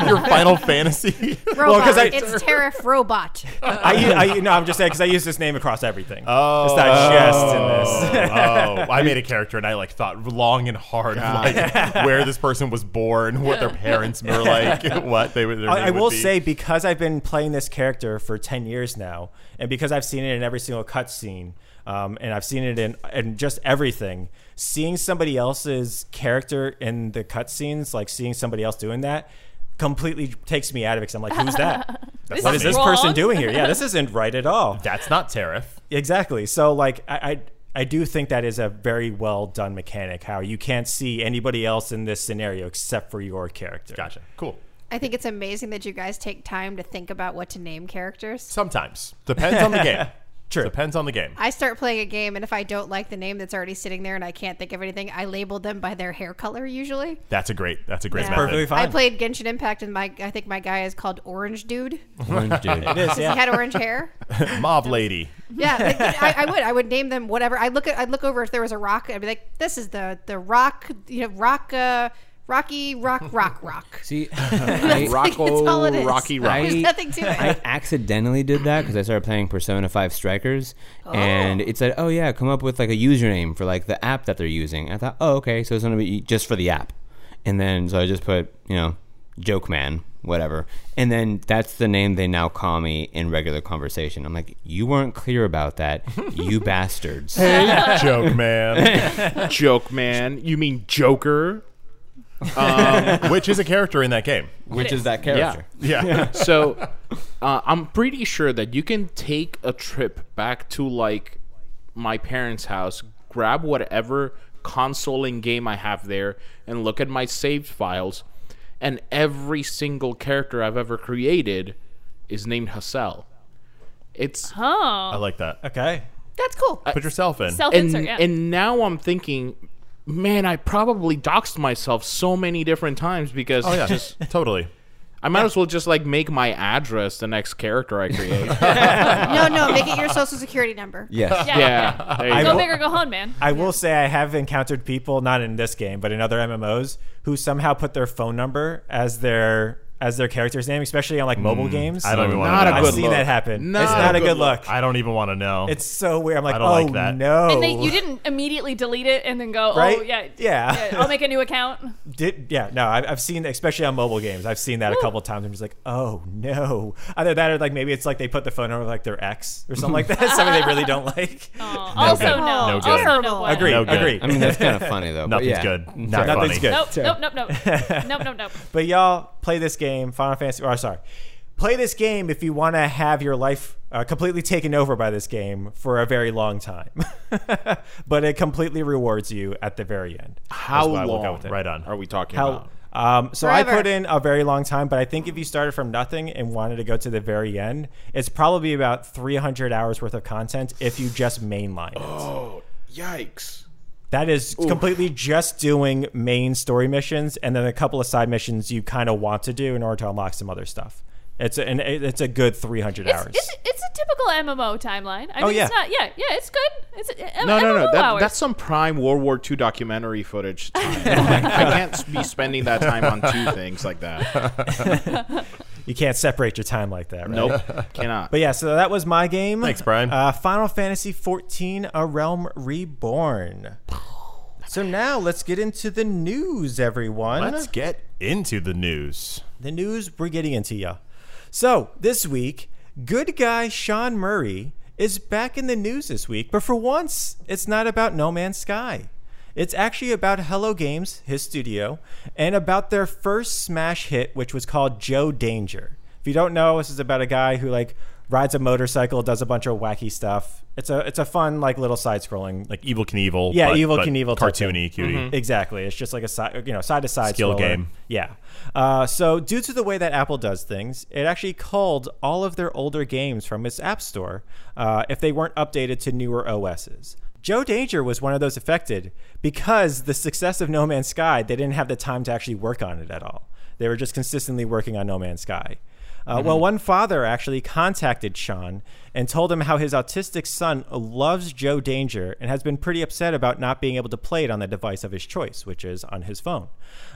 your Final (laughs) Fantasy.
Robot.
'cause I- (laughs)
it's Tariff Robot.
I, u- I, u- no, I'm just saying because I use this name across everything.
Oh,
it's not just (laughs) in this.
oh, I made a character and I like thought long and hard of like where this person was born, what their parents were like, what they were. Their
I, I
name would
will
be.
say because I've been playing this character for ten years now, and because I've seen it in every single cutscene, um, and I've seen it in in just everything. Seeing somebody else's character in the cutscenes, like seeing somebody else doing that, completely takes me out of it. Because I'm like, who's
(laughs)
that?
This
what
is
is this
wrong.
person doing here? Yeah,
(laughs)
this isn't right at all.
that's not Tariff.
Exactly. So like I, I I do think that is a very well done mechanic. How you can't see anybody else in this scenario except for your character.
Gotcha. Cool.
I think it's amazing that you guys take time to think about what to name characters.
Sometimes depends on the game.
True.
Depends on the game.
I start playing a game, and if I don't like the name that's already sitting there and I can't think of anything, I label them by their hair color usually.
That's a great. That's a great
Yeah.
method.
Perfectly fine.
I played Genshin Impact, and my I think my guy is called Orange Dude.
Orange dude.
It is,
He
yeah.
(laughs) had orange hair.
Mob lady.
Yeah, like, I, I would. I would name them whatever. I look at. I would look over if there was a rock. I'd be like, "This is the the rock. You know, rock. Uh, Rocky, rock, rock, rock.
See, I,
(laughs) That's all it is.
Rocco, Rocky
(laughs)
Rocky.
There's nothing to it.
I accidentally did that because I started playing Persona 5 Strikers, and it said, "Oh yeah, come up with like a username for like the app that they're using." And I thought, "Oh okay, so it's gonna be just for the app," and then so I just put you know, Joke Man, whatever, and then that's the name they now call me in regular conversation. I'm like, "You weren't clear
(laughs)
about that, you bastards."
Hey, joke man,
Joke man. You mean Joker?
which is a character in that game.
Which is that
Yeah.
character?
Yeah,
So (laughs) uh, I'm pretty sure that you can take a trip back to like my parents' house, grab whatever console and game I have there, and look at my saved files, and every single character I've ever created is named Hassel. It's
I
Oh,
like that.
Okay.
That's cool.
Uh,
Put yourself in.
self
and
insert. Yeah.
and now I'm thinking, man, I probably doxed myself so many different times because (laughs)
oh yeah,
just
totally.
I might as well just like make my address the next character I (laughs) create.
No, no, make it your social security number.
(laughs)
Yes.
yeah, yeah.
yeah. there you
I
go.
Go
will-
big or go home, man.
I will say I have encountered people, not in this game, but in other MMOs, who somehow put their phone number as their as their character's name, especially on like mobile games.
I don't even want
Not
to.
a
I've
know.
good
seen
look.
that happen.
Not
it's
a
not a
good
good look.
I don't even want to know.
It's so weird. I'm like,
I
oh
don't like that."
no.
And they, you didn't immediately delete it and then go, oh
Right?
yeah,
Yeah.
I'll make a new account.
(laughs) Did yeah no I, I've seen especially on mobile games I've seen that a couple times I'm just like oh no either that or like maybe it's like they put the phone over like their ex or something like that (laughs) something they really don't like
Oh, also
good.
no.
No good.
also no. one.
agree
No good.
agree
I mean, that's kind of funny though. but
Nothing's
yeah.
good. Not
Sorry.
nothing's
funny.
good
Nope, nope, nope, nope, nope, nope, nope.
But y'all play this game, Final Fantasy. Or sorry, play this game if you want to have your life uh, completely taken over by this game for a very long time. (laughs) but it completely rewards you at the very end.
How
why we'll go
long
with it.
Right on.
are we talking
How?
about?
Um, so I
Forever.
put in a very long time, but I think if you started from nothing and wanted to go to the very end, it's probably about 300 hours worth of content if you just mainline it.
Yikes.
That is completely just doing main story missions and then a couple of side missions you kind of want to do in order to unlock some other stuff. It's a, and it- it's a good 300
It's,
hours.
it's, it's a typical MMO timeline. I mean,
Oh, yeah.
it's not. Yeah, yeah, it's good. It's uh,
No,
MMO
no, no. That,
hours.
that's some prime World War II documentary footage. (laughs) Time. Like, I can't be spending that time on two things like that.
you can't separate your time like that, right?
Nope, cannot.
But yeah, so that was my game.
Thanks, Brian.
Uh, Final Fantasy 14: A Realm Reborn. So now let's get into the news, everyone.
Let's get into the news.
the news we're getting into ya. So this week, good guy Sean Murray is back in the news this week, but for once, it's not about No Man's Sky. It's actually about Hello Games, his studio, and about their first smash hit, which was called Joe Danger. If you don't know, this is about a guy who like rides a motorcycle, does a bunch of wacky stuff. It's a it's a fun like little side scrolling
Like Evil Knievel.
Yeah,
but,
Evel
but
Knievel Mm-hmm. type thing.
Cartoony, cutie.
Exactly. It's just like a side, you know, side to side
Mm-hmm. Skill game.
Yeah. Uh, so due to the way that Apple does things, it actually culled all of their older games from its App Store uh, if they weren't updated to newer OSs. Joe Danger was one of those affected because the success of No Man's Sky, they didn't have the time to actually work on it at all. They were just consistently working on No Man's Sky. Uh, Well, one father actually contacted Sean and told him how his autistic son loves Joe Danger and has been pretty upset about not being able to play it on the device of his choice, which is on his phone.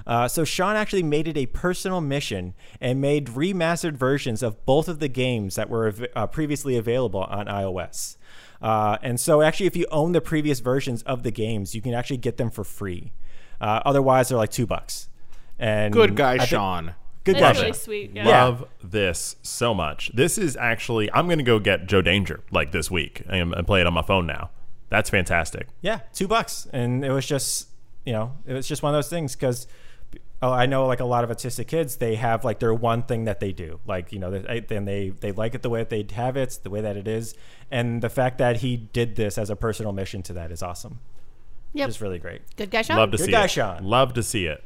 Uh, so Sean actually made it a personal mission and made remastered versions of both of the games that were av- uh, previously available on iOS. Uh, and so, actually, if you own the previous versions of the games, you can actually get them for free. Uh, otherwise, they're like two bucks. And
Good guy,
Mm. I thi-
Sean.
Good guy,
that's really
Sean.
sweet. Yeah.
Yeah.
Love this so much. This is actually, I'm going to go get Joe Danger like this week and, and play it on my phone now. That's fantastic.
Yeah, two bucks, and it was just you know it was just one of those things because oh, I know like a lot of autistic kids they have like their one thing that they do like you know they- then they they like it the way that they have it the way that it is, and the fact that he did this as a personal mission to that is awesome.
Yep.
It's really great.
Good guy, Sean.
Love to
Good
see
guy,
it.
Sean.
Love to see it.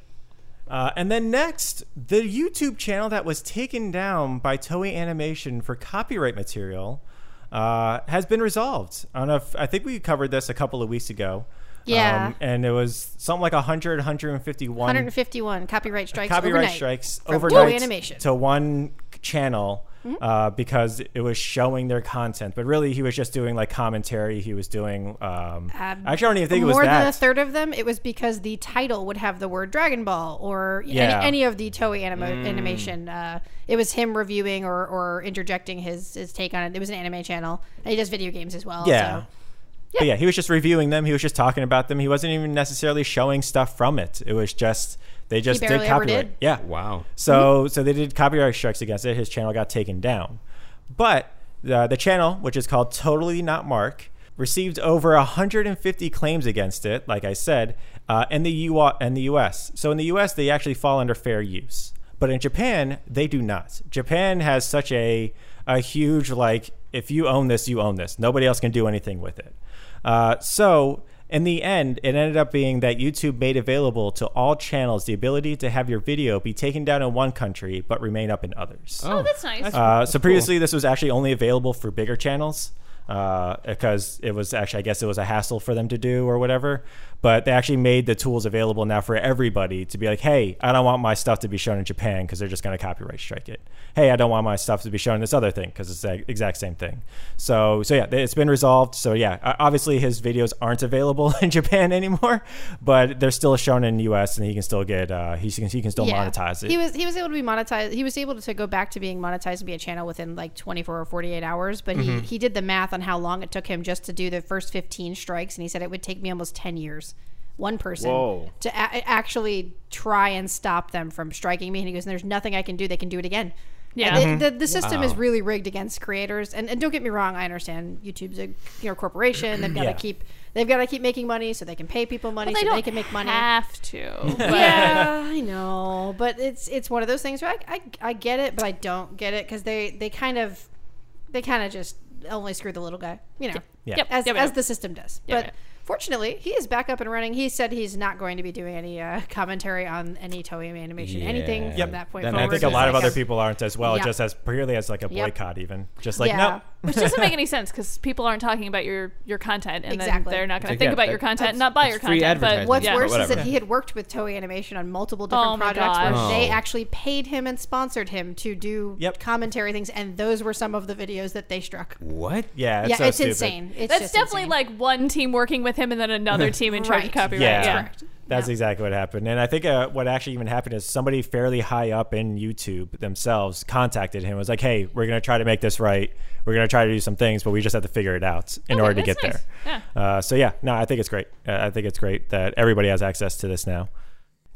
Uh, and then next, the YouTube channel that was taken down by Toei Animation for copyright material uh, has been resolved. I don't know if I think we covered this a couple of weeks ago. Um,
Yeah.
and it was something like 100, 151
151 copyright strikes
copyright
overnight
strikes
from Toei
overnight
Animation. Mm-hmm.
to one channel uh, because it was showing their content. But really, he was just doing like commentary. He was doing. Um, actually, I don't even think it was
More
that.
than a third of them, it was because the title would have the word Dragon Ball or
Yeah. Mm.
any, any of the Toei animo- animation. Uh, it was him reviewing or, or interjecting his, his take on it. It was an anime channel. And he does video games as well.
Yeah.
so-
But yeah, he was just reviewing them. He was just talking about them. He wasn't even necessarily showing stuff from it. It was just they just did
barely ever
copyright.
did.
Yeah.
Wow.
So so they did copyright strikes against it. His channel got taken down, but uh, the the channel, which is called Totally Not Mark, received over 150 claims against it. Like I said, uh, in the U and the U.S. So in the U.S. they actually fall under fair use, but in Japan they do not. Japan has such a a huge like if you own this, you own this. Nobody else can do anything with it. Uh, so in the end, it ended up being that YouTube made available to all channels the ability to have your video be taken down in one country but remain up in others.
Oh, that's nice.
Uh, so previously, this was actually only available for bigger channels because it was actually, I guess, it was a hassle for them to do or whatever. But they actually made the tools available now for everybody to be like, hey, I don't want my stuff to be shown in Japan because they're just going to copyright strike it. Hey, I don't want my stuff to be shown in this other thing because it's the exact same thing. So, so yeah, it's been resolved. So yeah, o- obviously his videos aren't available (laughs) in Japan anymore, but they're still shown in U.S. and he can still get uh, he can he can still monetize it.
He was he was able to be monetized. He was able to go back to being monetized and be a channel within like 24 or 48 hours. But
Mm-hmm.
he, he did the math on how long it took him just to do the first 15 strikes, and he said it would take me almost 10 years, one person
Whoa.
to a- actually try and stop them from striking me. And he goes, "There's nothing I can do. They can do it again."
Yeah.
Mm-hmm.
And the, the, the system is really rigged against creators, and, and don't get me wrong, I understand YouTube's a you know corporation. They've got
(clears throat) Yeah.
to keep they've got to keep making money so they can pay people money
they
so
don't
they can make money
have to. (laughs) but-
yeah, I know, but it's it's one of those things where I, I, I get it, but I don't get it because they they kind of they kind of just only screw the little guy, you know,
Yeah.
Yep,
as
yep,
as
yep.
the (laughs) system does.
Yeah,
but
yeah.
fortunately, he is back up and running. He said he's not going to be doing any uh, commentary on any Toei animation, anything
Yeah.
from that point
That
And I
forward.
Forward
think a
It's
lot of
like
other
a-
people aren't as well,
Yeah.
just as purely as like a
Yep.
boycott, even. Just like,
Yeah.
no.
Which doesn't make any sense because people aren't talking about your, your content, and
Exactly.
then they're not going to
It's like,
think
yeah,
about
that-
your content, and not buy your
free
content. But
advertising.
What's
Yeah.
worse is
Whatever.
that he had worked with Toei Animation on multiple different
Oh my
projects where
gosh.
they
Oh.
actually paid him and sponsored him to do
Yep.
commentary things, and those were some of the videos that they struck.
What?
Yeah, it's,
yeah,
so
it's
stupid.
insane. It's
That's
just
definitely
insane.
like one team working with him and then another team in charge of
Right.
copyright.
Yeah.
Yeah.
That's exactly what happened. And I think uh, what actually even happened is somebody fairly high up in YouTube themselves contacted him and was like, hey, we're going to try to make this right. We're going to try to do some things, but we just have to figure it out in
Okay,
order to
that's
get
nice.
there. Uh, so, yeah, no, I think it's great. Uh, I think it's great that everybody has access to this now.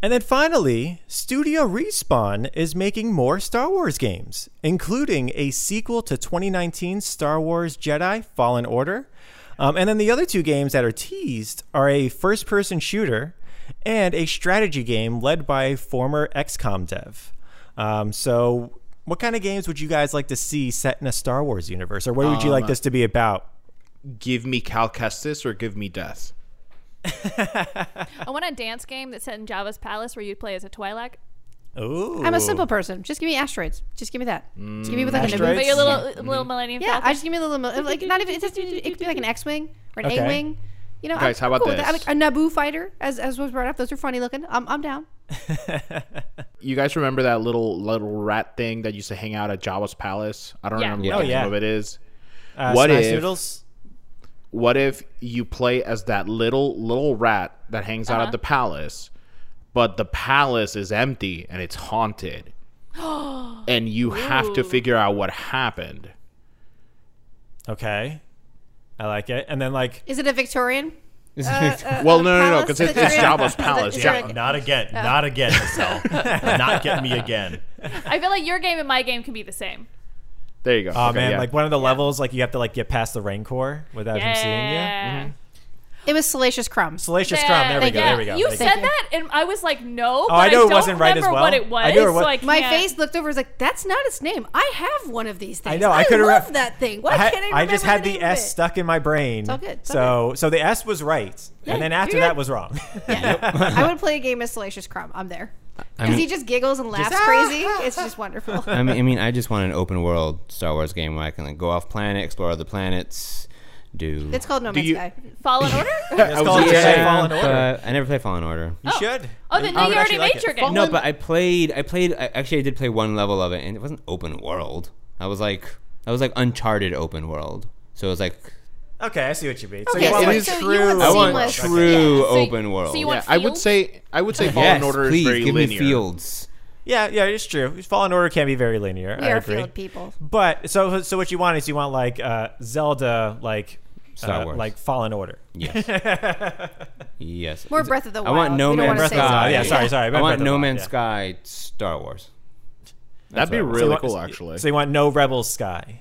And then finally, Studio Respawn is making more Star Wars games, including a sequel to 2019's Star Wars Jedi Fallen Order. Um, and then the other two games that are teased are a first person shooter and a strategy game led by a former XCOM dev. Um, so, what kind of games would you guys like to see set in a Star Wars universe? Or what would you like this to be about?
Give me Cal Kestis or give me death.
I want a dance game that's set in Java's palace where you play as a Twi'lek.
Ooh.
I'm a simple person. Just give me asteroids. Just give me that. Just give me with like an
Asteroids?
But your little little Millennium
yeah.
Falcon.
I just give me the little like not even it doesn't even- it could be like an X-wing or an
Okay.
A-wing. You know,
Guys,
I'm,
how
I'm
about
cool with
this?
that. I'm like a Naboo fighter, as as was brought up. Those are funny looking. I'm I'm down.
You guys remember that little little rat thing that used to hang out at Jawa's palace? I don't
Yeah.
remember
Yeah.
what
Oh,
the
yeah.
name of it is.
Uh,
what
Snice
if-
Noodles?
What if you play as that little little rat that hangs out at the palace, but the palace is empty and it's haunted, and you have to figure out what happened?
Okay. I like it. And then, like,
Is it a Victorian?
well, no, no, no,
palace
because it's,
that
it's
you're in?
Jabba's palace.
Is it-
Ja-
is it-
Not again. Not again,
(laughs)
Giselle. (laughs) Not get me again.
I feel like your game and my game can be the same.
there you go.
Oh
Okay,
man,
yeah.
like one of the levels, like you have to like get past the rain core without him seeing you. Mm-hmm.
Yeah.
It was Salacious Crumbs.
Salacious Crumb, there we go,
Yeah.
there we go.
You
Thank Oh,
said
you.
that, and I was like, no. but
I know it
don't
wasn't right as
remember
well.
What it was.
I knew it wa-
so I
My
can't-
face looked over. Was like, that's not its name. I have one of these things.
I know. I, could
could
have
love that thing. Why
I, had-
can't I?
I just
remember
had
name
the
of
S
it?
stuck in my brain.
all good, it's
so
all
so the S was right, and then after
you're
that
good.
was wrong.
I would play a game of Salacious Crumb. I'm there.
I
Because
mean,
he just giggles and laughs crazy. It's just wonderful.
I mean, I mean, I just want an open world Star Wars game where I can like go off planet, explore other planets, do.
It's called No
Do
Man's
you-
Sky.
Fallen
(laughs)
Order?
It's called
gonna say-
Jedi Fallen
but
Order.
I never played Fallen Order.
(laughs) You should.
Oh, then
I
you already
would actually like
made
it.
your game.
No, but I played. I played. I, actually, I did play one level of it, and it wasn't open world. I was like, I was like Uncharted open world. So it was like
Okay, I see what you mean. So
Okay,
you want
so-
like
so you
true.
want
I want
Seamless.
true
Yeah, so you-
open world.
so you want-
Yeah, I would
fields?
say I would say Fallen
yes,
Order
please
is very
give
linear.
me fields.
Yeah, yeah, it's true. Fallen Order can be very linear.
We
I
are
agree.
field people.
But so so what you want is you want like uh, Zelda like
Star
uh,
Wars.
like Fallen Order.
Yes. yes.
More Breath of the
I
Wild.
want No
We don't
Man's
wanna say
Sky.
Wild. Yeah, sorry, sorry.
I
Breath of
want
the
No
Wild,
Man's
yeah.
Sky Star Wars.
That'd be
So uh, you
what I want.
really
want-
cool, actually.
So you want no Rebels Sky.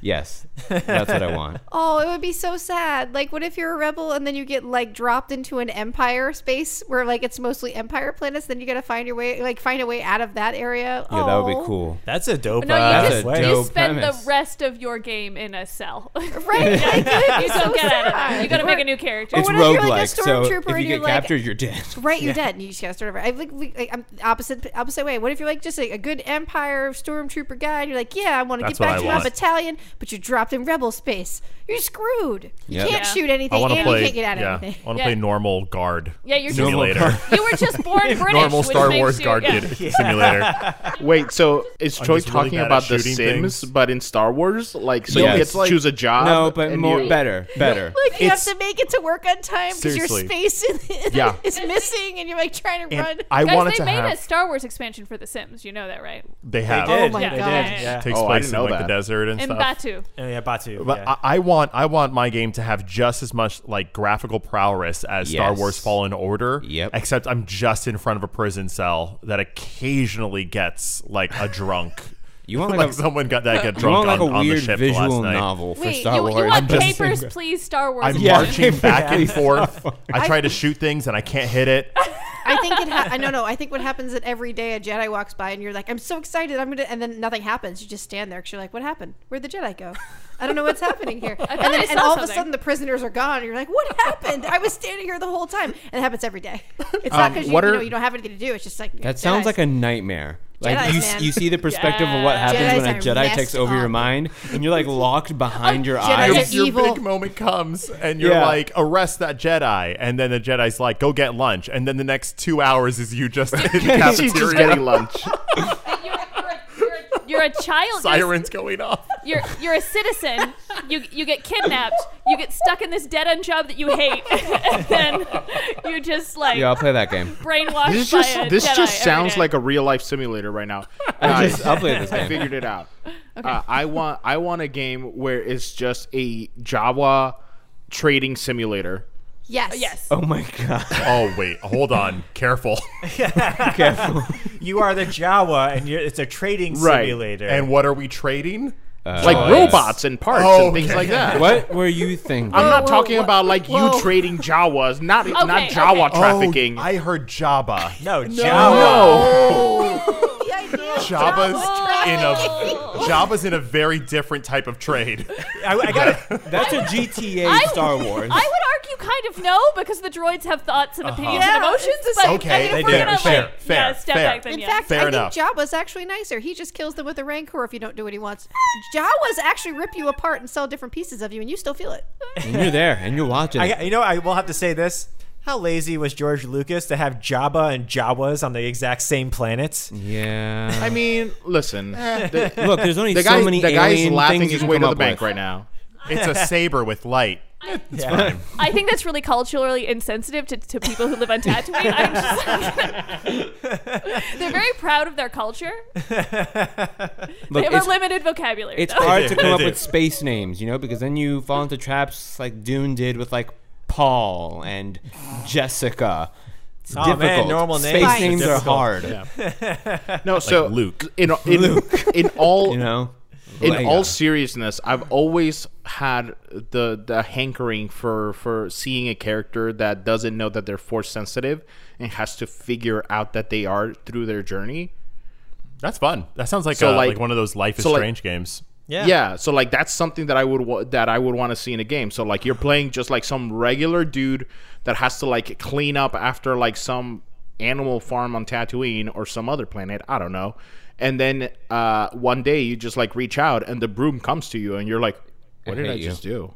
Yes, that's what I want.
Oh, it would be so sad. Like, what if you're a rebel and then you get like dropped into an empire space where like it's mostly empire planets? Then you gotta find your way, like find a way out of that area.
Yeah, that would
Oh.
be cool.
That's a dope.
No,
uh,
you
That's
just
a
way.
you
dope
spend
premise.
the rest of your game in a cell. (laughs)
Right? Like, it
(laughs)
would be
you don't
so
get out of
sad.
that. You got to make a new character.
It's
what if you're, like, a
roguelike, so
stormtrooper
if you
and you're,
get
like-
captured, you're dead.
Right, you're dead, and you just gotta start over. I like, like I'm opposite opposite way. What if you're like just like, a good Empire stormtrooper guy, and you're like, yeah, I want to get
That's what
back
I
to my
want.
battalion, but you're dropped in rebel space. You're screwed. You
Yep.
can't
Yeah.
shoot
I
anything,
want to
and
play.
you can't get out of
yeah,
anything.
I want to
Yeah.
play normal guard
yeah, you're just
simulator.
you were just
(laughs)
born British.
normal
which
Star
makes
Wars
you-
guard
yeah.
(laughs) kid simulator.
Wait, so is
I'm
Troy
just really
talking
bad at
about the
shooting
Sims,
things.
but in Star Wars? Like, so
Yes.
you get to
It's like-
choose a job?
No, but
Uh, and
more
you- (laughs)
better, better.
(laughs) Like you
It's-
have to make it to work on time because your
Seriously.
space (laughs) is,
Yeah.
is missing, and you're like trying to run.
I
Guys,
wanted
they
to
made
have.
a Star Wars expansion for The Sims. You know that, right?
They
They
have.
Oh
did.
my
they
gosh.
did. Yeah.
Takes
Oh, I
place
didn't
in
know
like the
that.
desert and
In
stuff.
Batu.
And yeah, Batu.
But
yeah.
I, I want I want my game to have just as much like graphical prowess as Star
Yes.
Wars Fallen Order.
Yep.
Except I'm just in front of a prison cell that occasionally gets like a drunk. (laughs)
You want like
like
a,
someone got that get
you
drunk
want like
on,
a
on the
weird
ship
visual
last night.
novel for
Wait,
Star
you,
Wars.
you want
just-
papers, please? Star Wars. (laughs)
I'm
edition.
marching back and
Yeah.
forth. I try to shoot things and I can't hit it.
I think it. Ha- I no no. I think what happens is every day a Jedi walks by and you're like, I'm so excited. I'm gonna, and then nothing happens. You just stand there because you're like, what happened? Where'd the Jedi go? I don't know what's happening here.
(laughs) I
And
thought
then
I
and
saw
all of a
something.
sudden the prisoners are gone. And you're like, what happened? I was standing here the whole time. And it happens every day. It's not
Um,
because you,
what
you
are-
know you don't have anything to do. It's just like
That sounds like a nightmare. Like
Jedi's,
you, s-
man.
you see the perspective of what happens
Jedis
when a
are
Jedi
messed
takes over your
up.
mind, and you're like locked
Oh,
behind your
Jedis
eyes.
are
your, your
evil.
big moment comes and you're
Yeah.
like arrest that jedi and then the jedi's like go get lunch and then the next two hours is you just (laughs) in the
She's (laughs) just
cafeteria
getting lunch.
You're a- you're a- You're a child. You're-
sirens going off
You're you're a citizen. You you get kidnapped. You get stuck in this dead end job that you hate, (laughs) and then you're just like
Yeah, I'll play that game.
brainwashed
This
by
just
a
this
Jedi
just
every
sounds
day.
like a real life simulator right now.
I
Guys,
just, I'll play this
(laughs) I
game.
figured
(laughs)
it out. Uh, I want I want a game where it's just a Java trading simulator.
yes,
yes.
Oh my god! (laughs)
oh wait hold on careful
Careful.
you are the Jawa, and you're, it's a trading
Right.
simulator.
and what are we trading
like
Uh,
robots and parts
Oh,
and things
okay.
like that.
What were you thinking?
I'm not
Whoa,
talking
whoa,
about like you
whoa.
trading Jawas, not
Okay,
not Jawa
okay.
trafficking.
oh, i heard java
no, Jawa.
(laughs)
The idea of
java's in
Oh.
a java's in a very different type of trade
I, I got
That's a GTA
I-
Star Wars.
I would argue kind of no, because the droids have thoughts and opinions
Yeah,
and emotions.
it's the
But
same
Okay,
I mean, if
they
we're
do.
gonna,
Uh-huh. Fair,
like,
fair,
yeah, step
fair.
back, then
In
yeah.
fact,
Fair
I
enough.
think Jawa's actually nicer. He just kills them with a rancor if you don't do what he wants. Jawas actually rip you apart and sell different pieces of you, and you still feel it.
and you're there, and you're watching.
I, you know, I will have to say this. How lazy was George Lucas to have Jabba and Jawas on the exact same planet?
Mm-hmm. yeah.
(laughs) I mean, listen, (laughs) the,
Look, there's only
the
so
guy
many
the guy's
alien
laughing
things you
his
can
way
come
to the
up
bank
with.
right now.
it's a saber with light
Yeah.
I think that's really culturally insensitive to, to people who live on Tatooine. I'm just (laughs) they're very proud of their culture.
Look,
they have
it's-
a limited vocabulary.
It's
though.
hard to
They
come up
do.
with space names, you know, because then you fall into traps like Dune did with like Paul and Jessica. It's
Oh, man,
difficult.
normal names
Space
are
names are
difficult.
hard.
No, so
Luke.
in in, (laughs) in all
You know.
in
Leia.
all seriousness, I've always had the the hankering for for seeing a character that doesn't know that they're force sensitive and has to figure out that they are through their journey.
that's fun that sounds like,
So,
uh,
like-
like, one of those life is
so, like-
strange games
Yeah.
Yeah. so like that's something that I would wa- that I would want to see in a game. So like you're playing just like some regular dude that has to like clean up after like some animal farm on Tatooine or some other planet. I don't know. And then uh, one day you just like reach out and the broom comes to you and you're like,
I
what did
hate
I
you.
just do?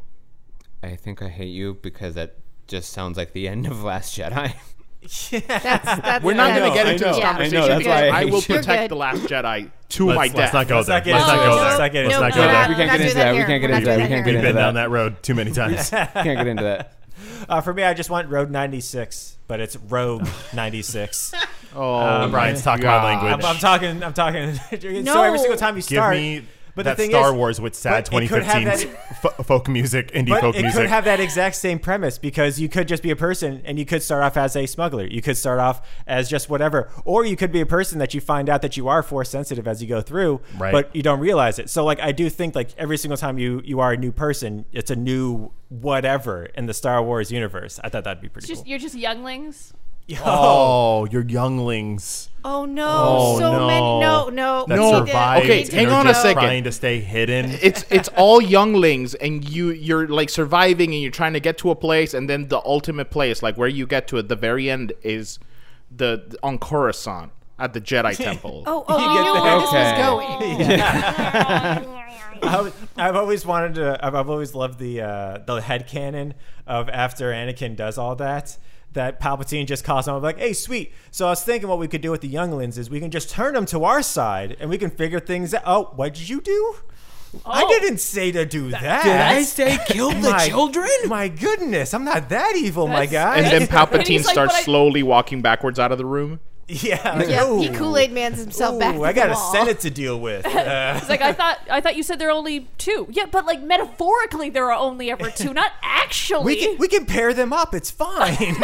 I think I hate you because that just sounds like the end of Last Jedi. (laughs)
That's that's.
We're not
I
going
know,
to get into
I
this
know, I
conversation
know,
that's
because
why I
I,
hate
(laughs)
will
you.
You're
protect
good.
The Last Jedi to
Let's,
my
let's
death.
not go there.
not
Let's
get
not
into it. Let's
go there.
not get
Let's
into
not
it.
go
No,
there.
no,
We can't
Let's
get
do
into
that
that. We
here.
can't get
Let's do
into that. We
that
can't
here.
get
We've
into
been down
that.
that road too
(laughs)
many times.
Can't get into that.
(laughs) Uh, for me, I just want Road 96, but it's Rogue 96.
Oh,
Um, Brian's talking my
God.
language.
I'm, I'm talking. I'm talking. (laughs) so
No.
every single time you
Give
start,
me
but
that
the thing
Star
is,
Wars with sad
but it could have
2015 fo- folk music, indie
But
folk
it
music.
could have that exact same premise because you could just be a person and you could start off as a smuggler. You could start off as just whatever. Or you could be a person that you find out that you are force sensitive as you go through,
Right.
but you don't realize it. So like I do think like every single time you you are a new person, it's a new whatever in the Star Wars universe. I thought that'd be pretty
Just
cool.
you're just younglings.
oh, your younglings.
Oh no!
Oh,
so
no.
many. No, Oh, no.
That
we need to-
survived.
we
Okay,
need to
hang
and
go-
are
on a
just
second.
Trying to stay hidden.
it's it's all younglings and you you're like surviving and you're trying to get to a place and then the ultimate place like where you get to at the very end is the on Coruscant at the Jedi temple.
Oh, oh, you
get
knew
the-
where this was
Okay.
going.
I was- I've always wanted to. I've, I've always loved the uh, the headcanon of after Anakin does all that. That Palpatine just calls him I'm like, "Hey, sweet." So I was thinking, what we could do with the younglings is we can just turn them to our side, and we can figure things out. Oh, what did you do? I
Oh.
didn't say to do that.
say kill
My- My goodness, I'm not that evil, my guy. (laughs)
and then
And
Palpatine
he's like,
starts
"But I-"
slowly walking backwards out of the room.
yeah, like,
Yeah, he
ooh,
Kool Aid Man's himself
ooh,
back.
I
to
got
the
a
wall.
senate to deal with. Uh,
(laughs) It's like I thought. I thought you said there are only two. Yeah, but like metaphorically, there are only ever two, not actually.
we can we can pair them up. It's fine. (laughs)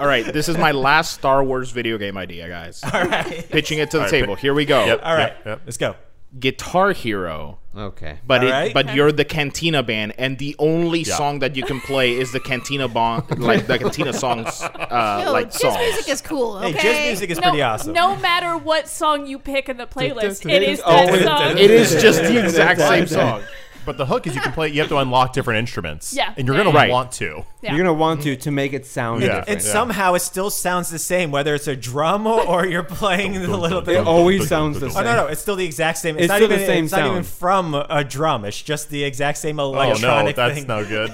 All right, this is my last Star Wars video game idea, guys. All right. Pitching it to the table. Here we go.
all right,
yep.
let's go.
Guitar Hero.
Okay.
But
All
it,
right.
but you're the Cantina band, and the only song that you can play is the
(laughs)
Cantina bond, like the Cantina songs, uh,
Yo,
like
jizz
songs.
music is cool.
Hey,
Okay.
jazz music is
no,
pretty awesome.
no matter what song you pick in the playlist, it is
Oh,
that
it-
song.
It is
(laughs)
just the exact same song.
But the hook is you can play. You have to unlock different instruments.
Yeah.
and you're gonna
Right.
want to.
Yeah.
You're gonna want to to make it sound
Yeah.
different.
And somehow it still sounds the same, whether it's a drum
(laughs)
or, or you're playing the little
It
bit.
always sounds the
Oh,
same.
Oh no, no, it's still the exact same. It's,
It's
not
still the
even.
same
it's not even
sound.
from a drum. It's just the exact same
Oh no,
electronic
that's
thing.
no good.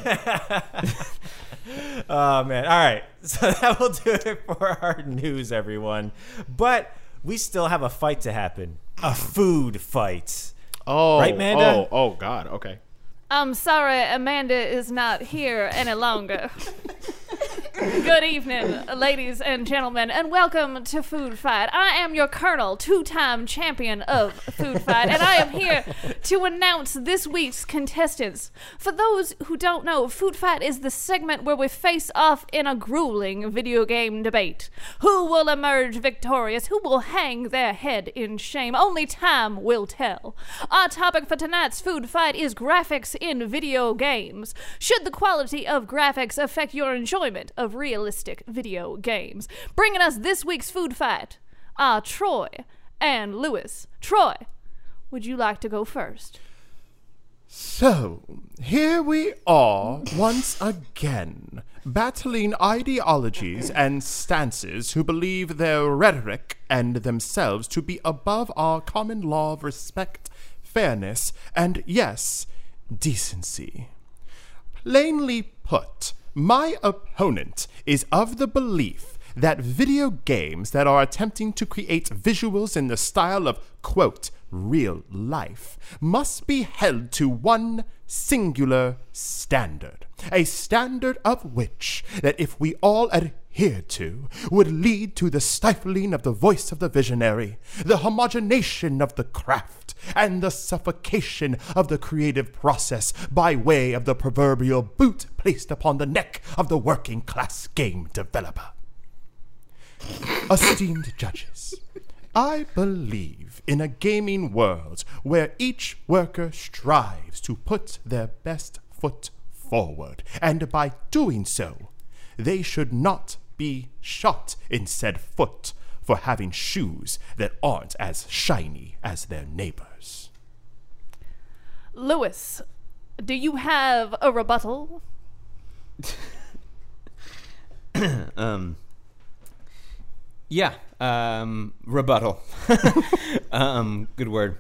Oh man! All right, (laughs) so that will do it for our news, everyone. But we still have a fight to happen. A food fight.
Oh,
Right, Manda?
Oh, oh God. Okay.
I'm sorry, Amanda is not here any longer. Good evening, ladies and gentlemen, and welcome to Food Fight. I am your Colonel, two time champion of Food Fight, and I am here to announce this week's contestants. For those who don't know, Food Fight is the segment where we face off in a grueling video game debate. Who will emerge victorious? Who will hang their head in shame? Only time will tell. Our topic for tonight's Food Fight is graphics in video games. Should the quality of graphics affect your enjoyment of realistic video games? Bringing us this week's food fight are Troy and Lewis. Troy, would you like to go first?
So, here we are once again, battling ideologies and stances who believe their rhetoric and themselves to be above our common law of respect, fairness, and yes, decency. Plainly put, my opponent is of the belief that video games that are attempting to create visuals in the style of, quote, real life must be held to one singular standard. A standard of which, that if we all adhere to, would lead to the stifling of the voice of the visionary, the homogenation of the craft, and the suffocation of the creative process by way of the proverbial boot placed upon the neck of the working class game developer. Esteemed judges, I believe in a gaming world where each worker strives to put their best foot forward, and by doing so, they should not be shot in said foot for having shoes that aren't as shiny as their neighbors.
Lewis, do you have a rebuttal?
Um, (laughs) yeah. Um, rebuttal. um, good word.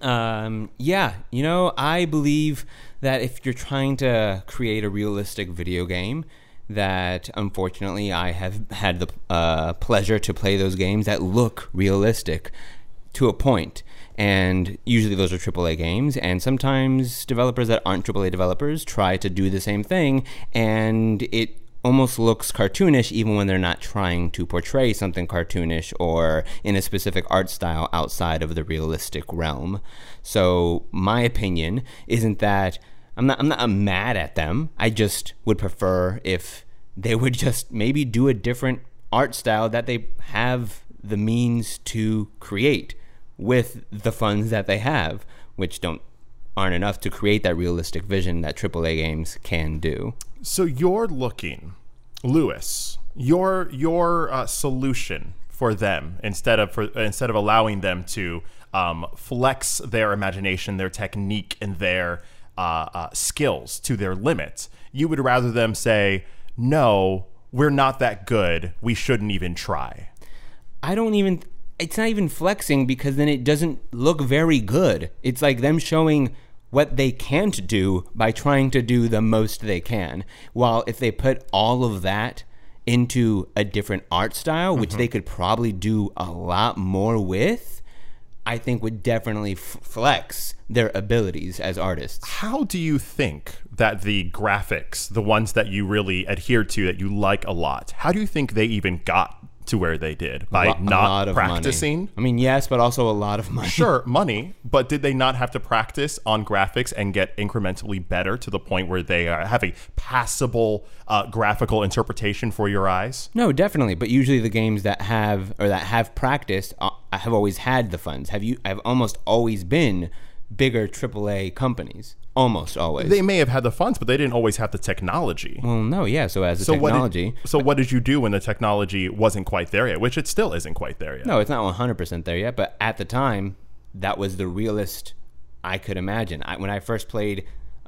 Um, yeah, you know, I believe that if you're trying to create a realistic video game, that unfortunately I have had the uh, pleasure to play those games that look realistic to a point. And usually those are AAA games, and sometimes developers that aren't AAA developers try to do the same thing, and it almost looks cartoonish even when they're not trying to portray something cartoonish or in a specific art style outside of the realistic realm. So my opinion isn't that I'm not I'm not I'm mad at them. I just would prefer if they would just maybe do a different art style that they have the means to create with the funds that they have, which don't aren't enough to create that realistic vision that AAA games can do.
So you're looking, Lewis. Your your uh, solution for them instead of for instead of allowing them to um, flex their imagination, their technique, and their uh, uh, skills to their limits, you would rather them say, "No, we're not that good. We shouldn't even try."
I don't even. It's not even flexing because then it doesn't look very good. It's like them showing what they can't do by trying to do the most they can. While if they put all of that into a different art style,
Mm-hmm.
which they could probably do a lot more with, I think would definitely f- flex their abilities as artists.
How do you think that the graphics, the ones that you really adhere to, that you like a lot, how do you think they even got to where they did by
Lo- a lot
not
of money.
practicing?
I mean, yes, but also a lot of money.
Sure, money, but did they not have to practice on graphics and get incrementally better to the point where they uh, have a passable uh, graphical interpretation for your eyes?
No, definitely. But usually the games that have or that have practiced uh, have always had the funds. Have you? Have almost always been bigger AAA companies. Almost always.
They may have had the funds, but they didn't always have the technology.
well, no, yeah. So as a
So
Mm, technology,
What did, so what did you do when the technology wasn't quite there yet? Which it still isn't quite there yet.
no, it's not 100 percent there yet. But at the time, that was the realest I could imagine. I, when I first played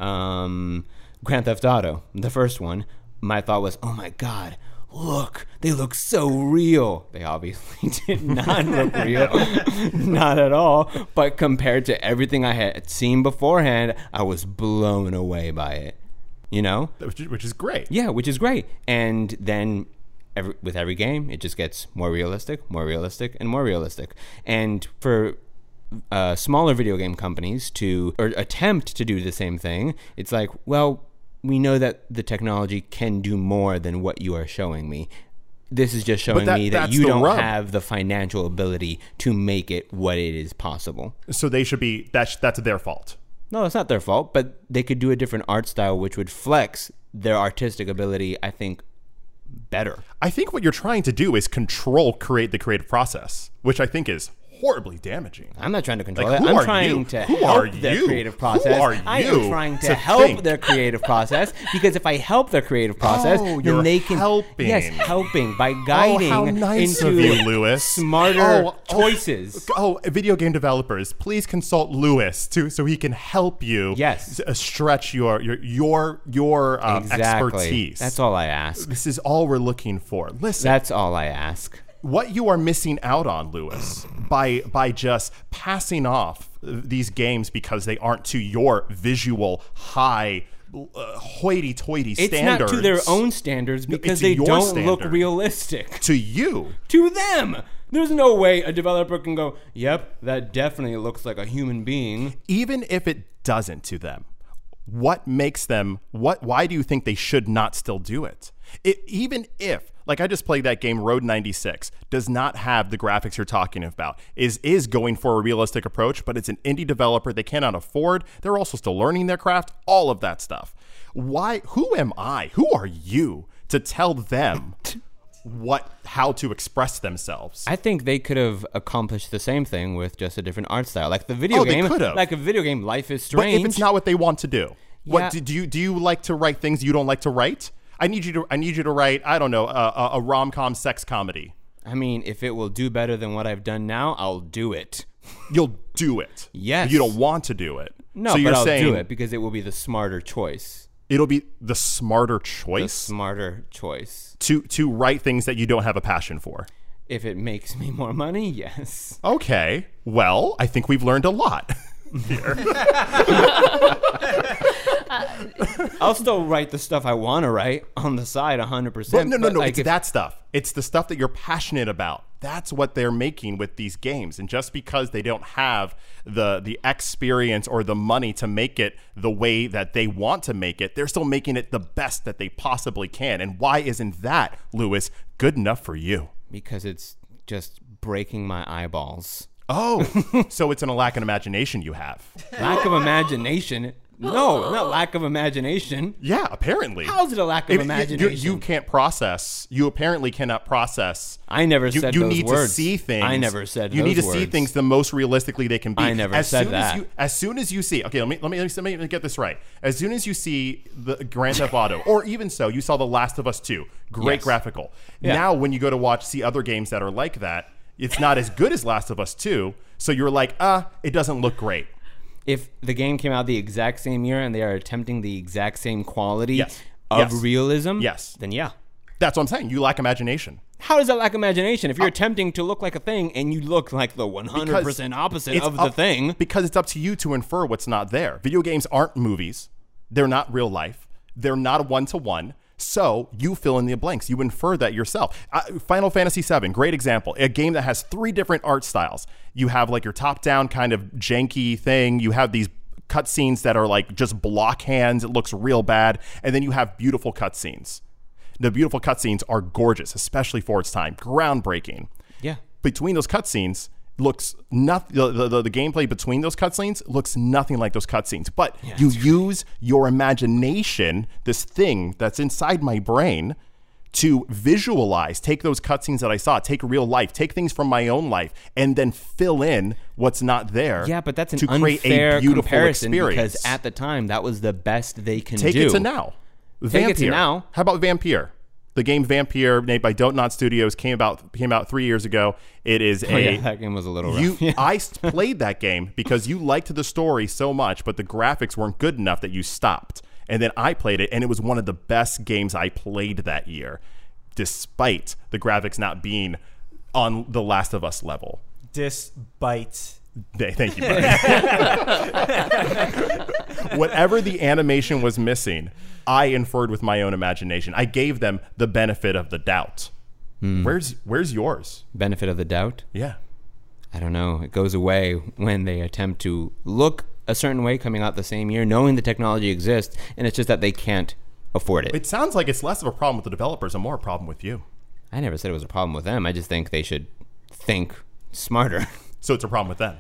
um, Grand Theft Auto, the first one, my thought was, "Oh my god." Look, they look so real. They obviously (laughs) did not look real, (laughs) not at all. But compared to everything I had seen beforehand, I was blown away by it. You know,
Which, is- which is great.
Yeah, which is great. And then every, with every game, it just gets more realistic, more realistic, and more realistic. And for uh, smaller video game companies to or attempt to do the same thing, it's like, well, we know that the technology can do more than what you are showing me. This is just showing
that-
me that
that's
you
the
don't
rub.
have the financial ability to make it what it is possible.
So they should be that's that's their fault.
No, it's not their fault, but they could do a different art style which would flex their artistic ability, I think, better.
I think what you're trying to do is control create the creative process, which I think is horribly damaging.
I'm not trying to control
Like,
it.
who
I'm
are
trying
you?
to
Who
help
are
their
you?
creative
Who
process.
are
I am
you
trying to,
to
help
think?
their creative process because if I help their creative process,
Oh,
then
you're
they can
helping. Oh,
yes, helping by guiding
how nice
into
of you, Lewis.
smarter
Oh, oh.
choices.
Oh, video game developers, please consult Lewis too, so he can help you.
Yes.
s- uh, stretch your your your your um,
exactly.
expertise.
That's all I ask.
This is all we're looking for. Listen,
That's all I ask.
what you are missing out on, Lewis, by by just passing off these games because they aren't to your visual high uh, hoity-toity
It's
standards.
not to their own standards because
to
they
your
don't look
standard.
realistic.
To you,
to them. There's no way a developer can go, yep, that definitely looks like a human being.
even if it doesn't to them. What makes them? What? Why do you think they should not still do it? it even if, like I just played that game, Road 96 does not have the graphics you're talking about. Is is going for a realistic approach, but it's an indie developer. They cannot afford. They're also still learning their craft. All of that stuff. Why? Who am I? Who are you to tell them what? How to express themselves?
I think they could have accomplished the same thing with just a different art style. Like the video
Oh, they
game,
could have.
like a video game, Life is
But
Strange.
if it's not what they want to do,
Yeah.
what do, do you do? You like to write things you don't like to write? I need you to. I need you to write. I don't know a, a, a rom com sex comedy.
I mean, if it will do better than what I've done now, I'll do it.
You'll do it.
Yes.
You don't want to do it.
No,
So
but
you're
I'll
saying
do it because it will be the smarter choice.
it'll be the smarter
The
choice
smarter choice.
to to write things that you don't have a passion for.
If it makes me more money, (laughs) yes.
Okay. Well, I think we've learned a lot. (laughs)
I'll still write the stuff I want to write on the side 100%.
But no, no,
but,
no.
like,
it's
if-
that stuff. It's the stuff that you're passionate about. That's what they're making with these games. And just because they don't have the the experience or the money to make it the way that they want to make it, they're still making it the best that they possibly can. And why isn't that, Lewis, good enough for you?
Because it's just breaking my eyeballs.
Oh, (laughs) so it's in a lack of imagination you have.
Lack of imagination. No, not lack of imagination.
Yeah, apparently.
How is it a lack of
If- you-
imagination?
You, you can't process. You apparently cannot process.
I never
you,
said
you
those
need
words.
to see things.
I never said
you need to
those
see
words.
things the most realistically they can be.
I never
as
said
soon
that.
As, you, as soon as you see, okay, let me let me let me, let me get this right. As soon as you see the Grand Theft
(laughs)
Auto, or even so, you saw The Last of Us Two. Great
Yes.
graphical.
Yeah.
Now, when you go to watch see other games that are like that, it's not as good as Last of Us Two. So you're like, uh, it doesn't look great.
If the game came out the exact same year and they are attempting the exact same quality
Yes.
of
Yes.
realism,
Yes.
then yeah.
That's what I'm saying. You lack imagination.
How does that lack imagination?
Uh,
If you're attempting to look like a thing and you look like the 100
Because
percent opposite
it's
of the
up-
thing,
because it's up to you to infer what's not there. Video games aren't movies. They're not real life. They're not one to one. So you fill in the blanks. You infer that yourself. Uh, Final Fantasy VII, great example. A game that has three different art styles. You have like your top down kind of janky thing. You have these cutscenes that are like just block hands. It looks real bad. And then you have beautiful cutscenes. The beautiful cutscenes are gorgeous, especially for its time. Groundbreaking
yeah,
between those cutscenes looks nothing. The, the, the, the gameplay between those cutscenes looks nothing like those cutscenes. But you use your imagination, this thing that's inside my brain, to visualize, take those cutscenes that I saw, take real life, take things from my own life, and then fill in what's not there.
yeah, but that's an
to create
unfair
a beautiful
comparison
experience.
because at the time that was the best they can
take
do.
it to now.
Take it to now.
How about Vampire? The game Vampire, made by Don't Not Studios, came about came out three years ago. It is
Oh,
a
yeah, that game was a little rough.
You, I s- played that game because you liked the story so much, but the graphics weren't good enough that you stopped. And then I played it, and it was one of the best games I played that year, despite the graphics not being on the Last of Us level.
Despite.
Th- Thank you. Brian. (laughs) Whatever the animation was missing, I inferred with my own imagination. I gave them the benefit of the doubt. Where's Where's yours?
Benefit of the doubt.
Yeah.
I don't know. It goes away when they attempt to look a certain way coming out the same year, knowing the technology exists, and it's just that they can't afford it.
It sounds like it's less of a problem with the developers and more a problem with you.
I never said it was a problem with them. I just think they should think smarter. (laughs)
So it's a problem with them.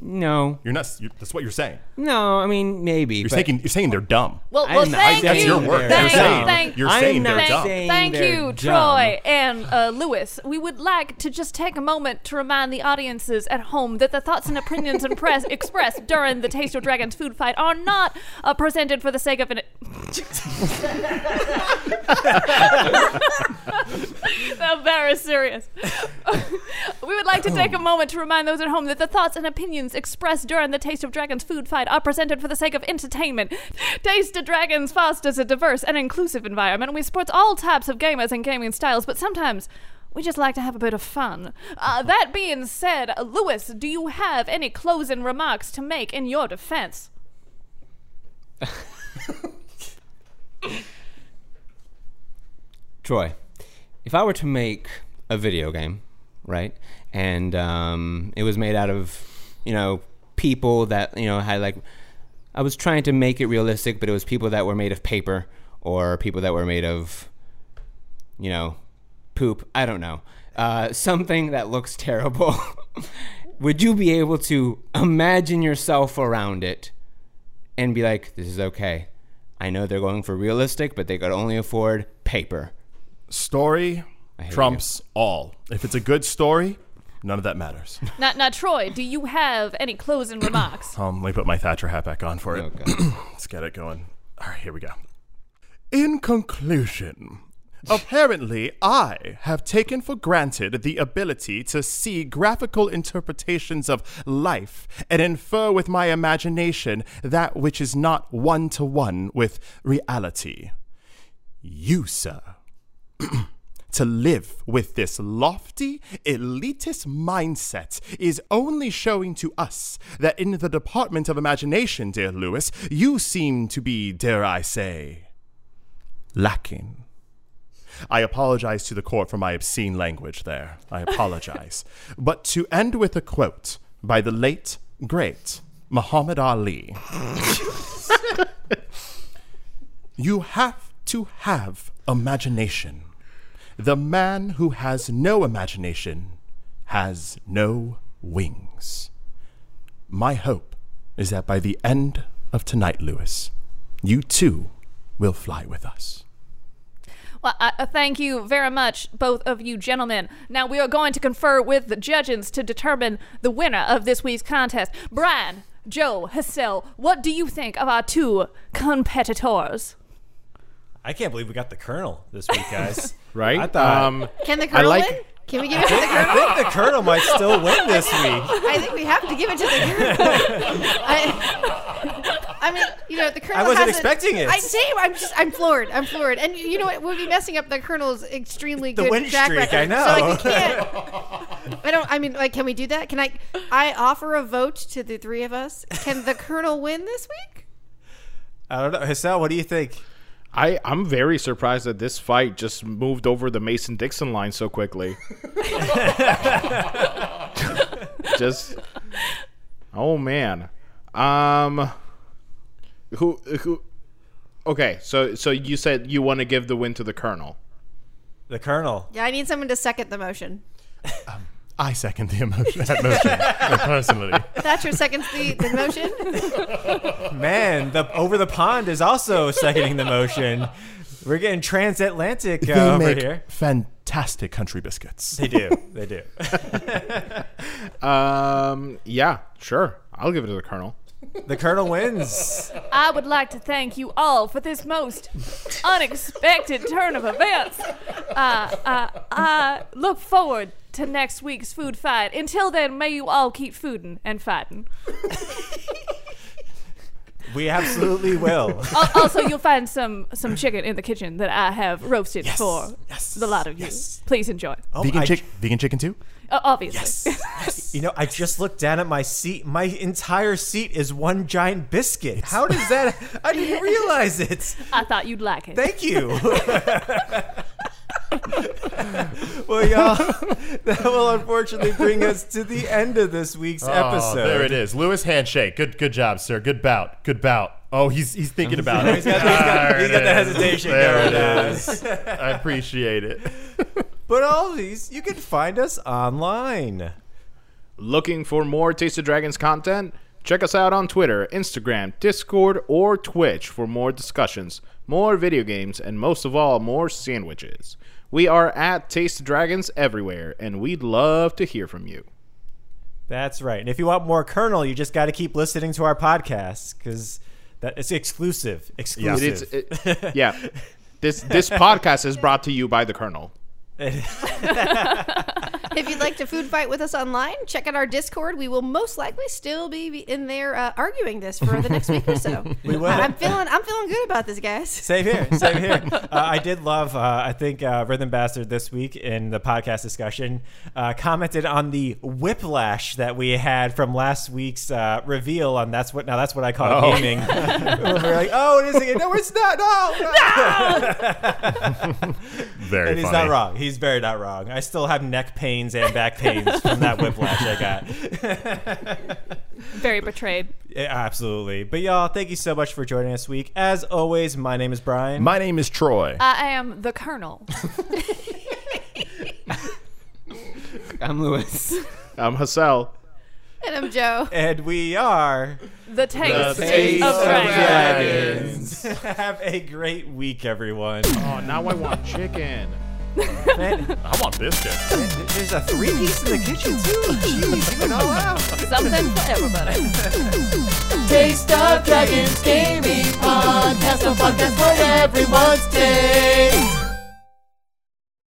no,
You're not. You're, that's what you're saying.
no. I mean, maybe.
You're
but
saying. You're saying they're dumb.
Well,
I'm
well
not-
thank
That's
you.
your word.
Thank,
you're saying.
thank,
you're
I'm
saying they're
not
dumb.
saying-
thank
they're
you,
dumb.
Troy and uh, Lewis. We would like to just take a moment to remind the audiences at home that the thoughts and opinions and press expressed during the Taste of Dragons food fight are not uh, presented for the sake of an. (laughs) I'm very serious. we would like to take a moment to remind those at home that the thoughts and opinions expressed during the Taste of Dragons food fight are presented for the sake of entertainment. Taste of Dragons fosters a diverse and inclusive environment. We support all types of gamers and gaming styles, but sometimes we just like to have a bit of fun. Uh, that being said, Lewis, do you have any closing remarks to make in your defense?
Troy, if I were to make a video game, right, and um, it was made out of, you know, people that you know had like, I was trying to make it realistic, but it was people that were made of paper or people that were made of, you know, poop. I don't know, uh, something that looks (laughs) terrible. Would you be able to imagine yourself around it? and be like, this is okay. I know they're going for realistic, but they could only afford paper.
Story
hate
trumps all. If it's a good story, none of that matters.
Now, now Troy, do you have any closing remarks?
Um, let me put my Thatcher hat back on for it.
Okay.
(clears throat) Let's get it going. All right, here we go. In conclusion, apparently I have taken for granted the ability to see graphical interpretations of life and infer with my imagination that which is not one to one with reality. You, sir, To live with this lofty, elitist mindset is only showing to us that in the department of imagination, dear Lewis, you seem to be, dare I say, lacking. I apologize to the court for my obscene language there. I apologize. but to end with a quote by the late, great Muhammad Ali You have to have imagination. The man who has no imagination has no wings. My hope is that by the end of tonight, Lewis, you too will fly with us.
Well, I, I thank you very much, both of you gentlemen. Now we are going to confer with the judges to determine the winner of this week's contest. Brian, Joe, Hassel, what do you think of our two competitors?
I can't believe we got the Colonel this week, guys.
Right?
I thought
Um,
Can the colonel
like-
win? Can we give it to the
I
colonel?
think the Colonel might still win this week.
I think we have to give it
(laughs)
to the colonel. I, I mean, you know, the colonel.
I wasn't
hasn't-
expecting it.
I same. I'm just. I'm floored. I'm floored. And you know what? We'll be messing up the colonel's extremely
The
good
win
track
streak,
record.
I know.
So like, we can't. I don't. I mean, like, can we do that? Can I? I offer a vote to the three of us. Can the colonel win this week?
I don't know. Hassel, what do you think?
I, I'm very surprised that this fight just moved over the Mason Dixon line so quickly. just oh man. Um who who Okay, so so you said you want to give the win to the colonel.
The Colonel.
Yeah, I need someone to second the motion.
I second the emotion, that motion (laughs) personally.
Thatcher seconds the, the motion.
Man, the over the pond is also seconding the motion. We're getting transatlantic uh,
They
over
make
here.
fantastic country biscuits.
They do. They do. (laughs)
Um yeah, sure. I'll give it to the colonel.
The Colonel wins.
I would like to thank you all for this most unexpected turn of events. Uh, uh, I look forward to next week's food fight. Until then, may you all keep fooding and fighting.
We
(laughs)
absolutely will.
Al- also, you'll find some some chicken in the kitchen that I have roasted for the lot of you. Please enjoy. Oh,
vegan
I-
chick, vegan chicken too.
obviously. (laughs)
You know, I just looked down at my seat. My entire seat is one giant biscuit. How does that? I didn't realize it.
I thought you'd like it.
Thank
(laughs)
you. well, y'all, that will unfortunately bring us to the end of this week's episode.
Oh, there it is. Lewis handshake. Good, good job, sir. Good bout. Good bout. Oh, he's he's thinking about it.
He's got, he's got-
There
he's got
it
the
is.
hesitation
There
going
it
on.
is. I appreciate it.
But all these, you can find us online.
Looking for more Taste of Dragons content? Check us out on Twitter, Instagram, Discord, or Twitch for more discussions, more video games, and most of all, more sandwiches. We are at Taste of Dragons everywhere, and we'd love to hear from you.
That's right. And if you want more Colonel, you just got to keep listening to our podcast because that it's exclusive. Exclusive.
It is, it- yeah.
(laughs)
This this podcast is brought to you by the Colonel.
If you'd like to food fight with us online, check out our Discord. We will most likely still be in there uh, arguing this for the next week or so. We
will.
I'm feeling I'm feeling good about this, guys. (laughs)
Same here. Same
(laughs)
here. uh, I did love, uh, I think, uh, Rhythm Bastard this week in the podcast discussion uh, commented on the whiplash that we had from last week's uh, reveal on That's What Now That's What I Call
Oh. (laughs)
Gaming. we were like, oh, it is again. No, it's not. No.
(laughs)
no.
Very
and he's not wrong. He's very not wrong. I still have neck pains and back pains from that whiplash I
(laughs)
got.
Very betrayed.
Yeah, absolutely. But y'all, thank you so much for joining us this week. As always, my name is Brian.
My name is Troy.
I am the Colonel.
I'm Lewis.
I'm Hassel.
And I'm Joe.
and we are.
The taste,
taste
of
of
dragon.
Dragons.
(laughs) Have a great week, everyone.
Oh, now I want chicken.
Man,
I want biscuits.
Oh, there's a three piece in the kitchen, too. Jeez, you went all out.
Something for everybody.
Taste of Dragons Gaming Podcast, a podcast for everyone's taste.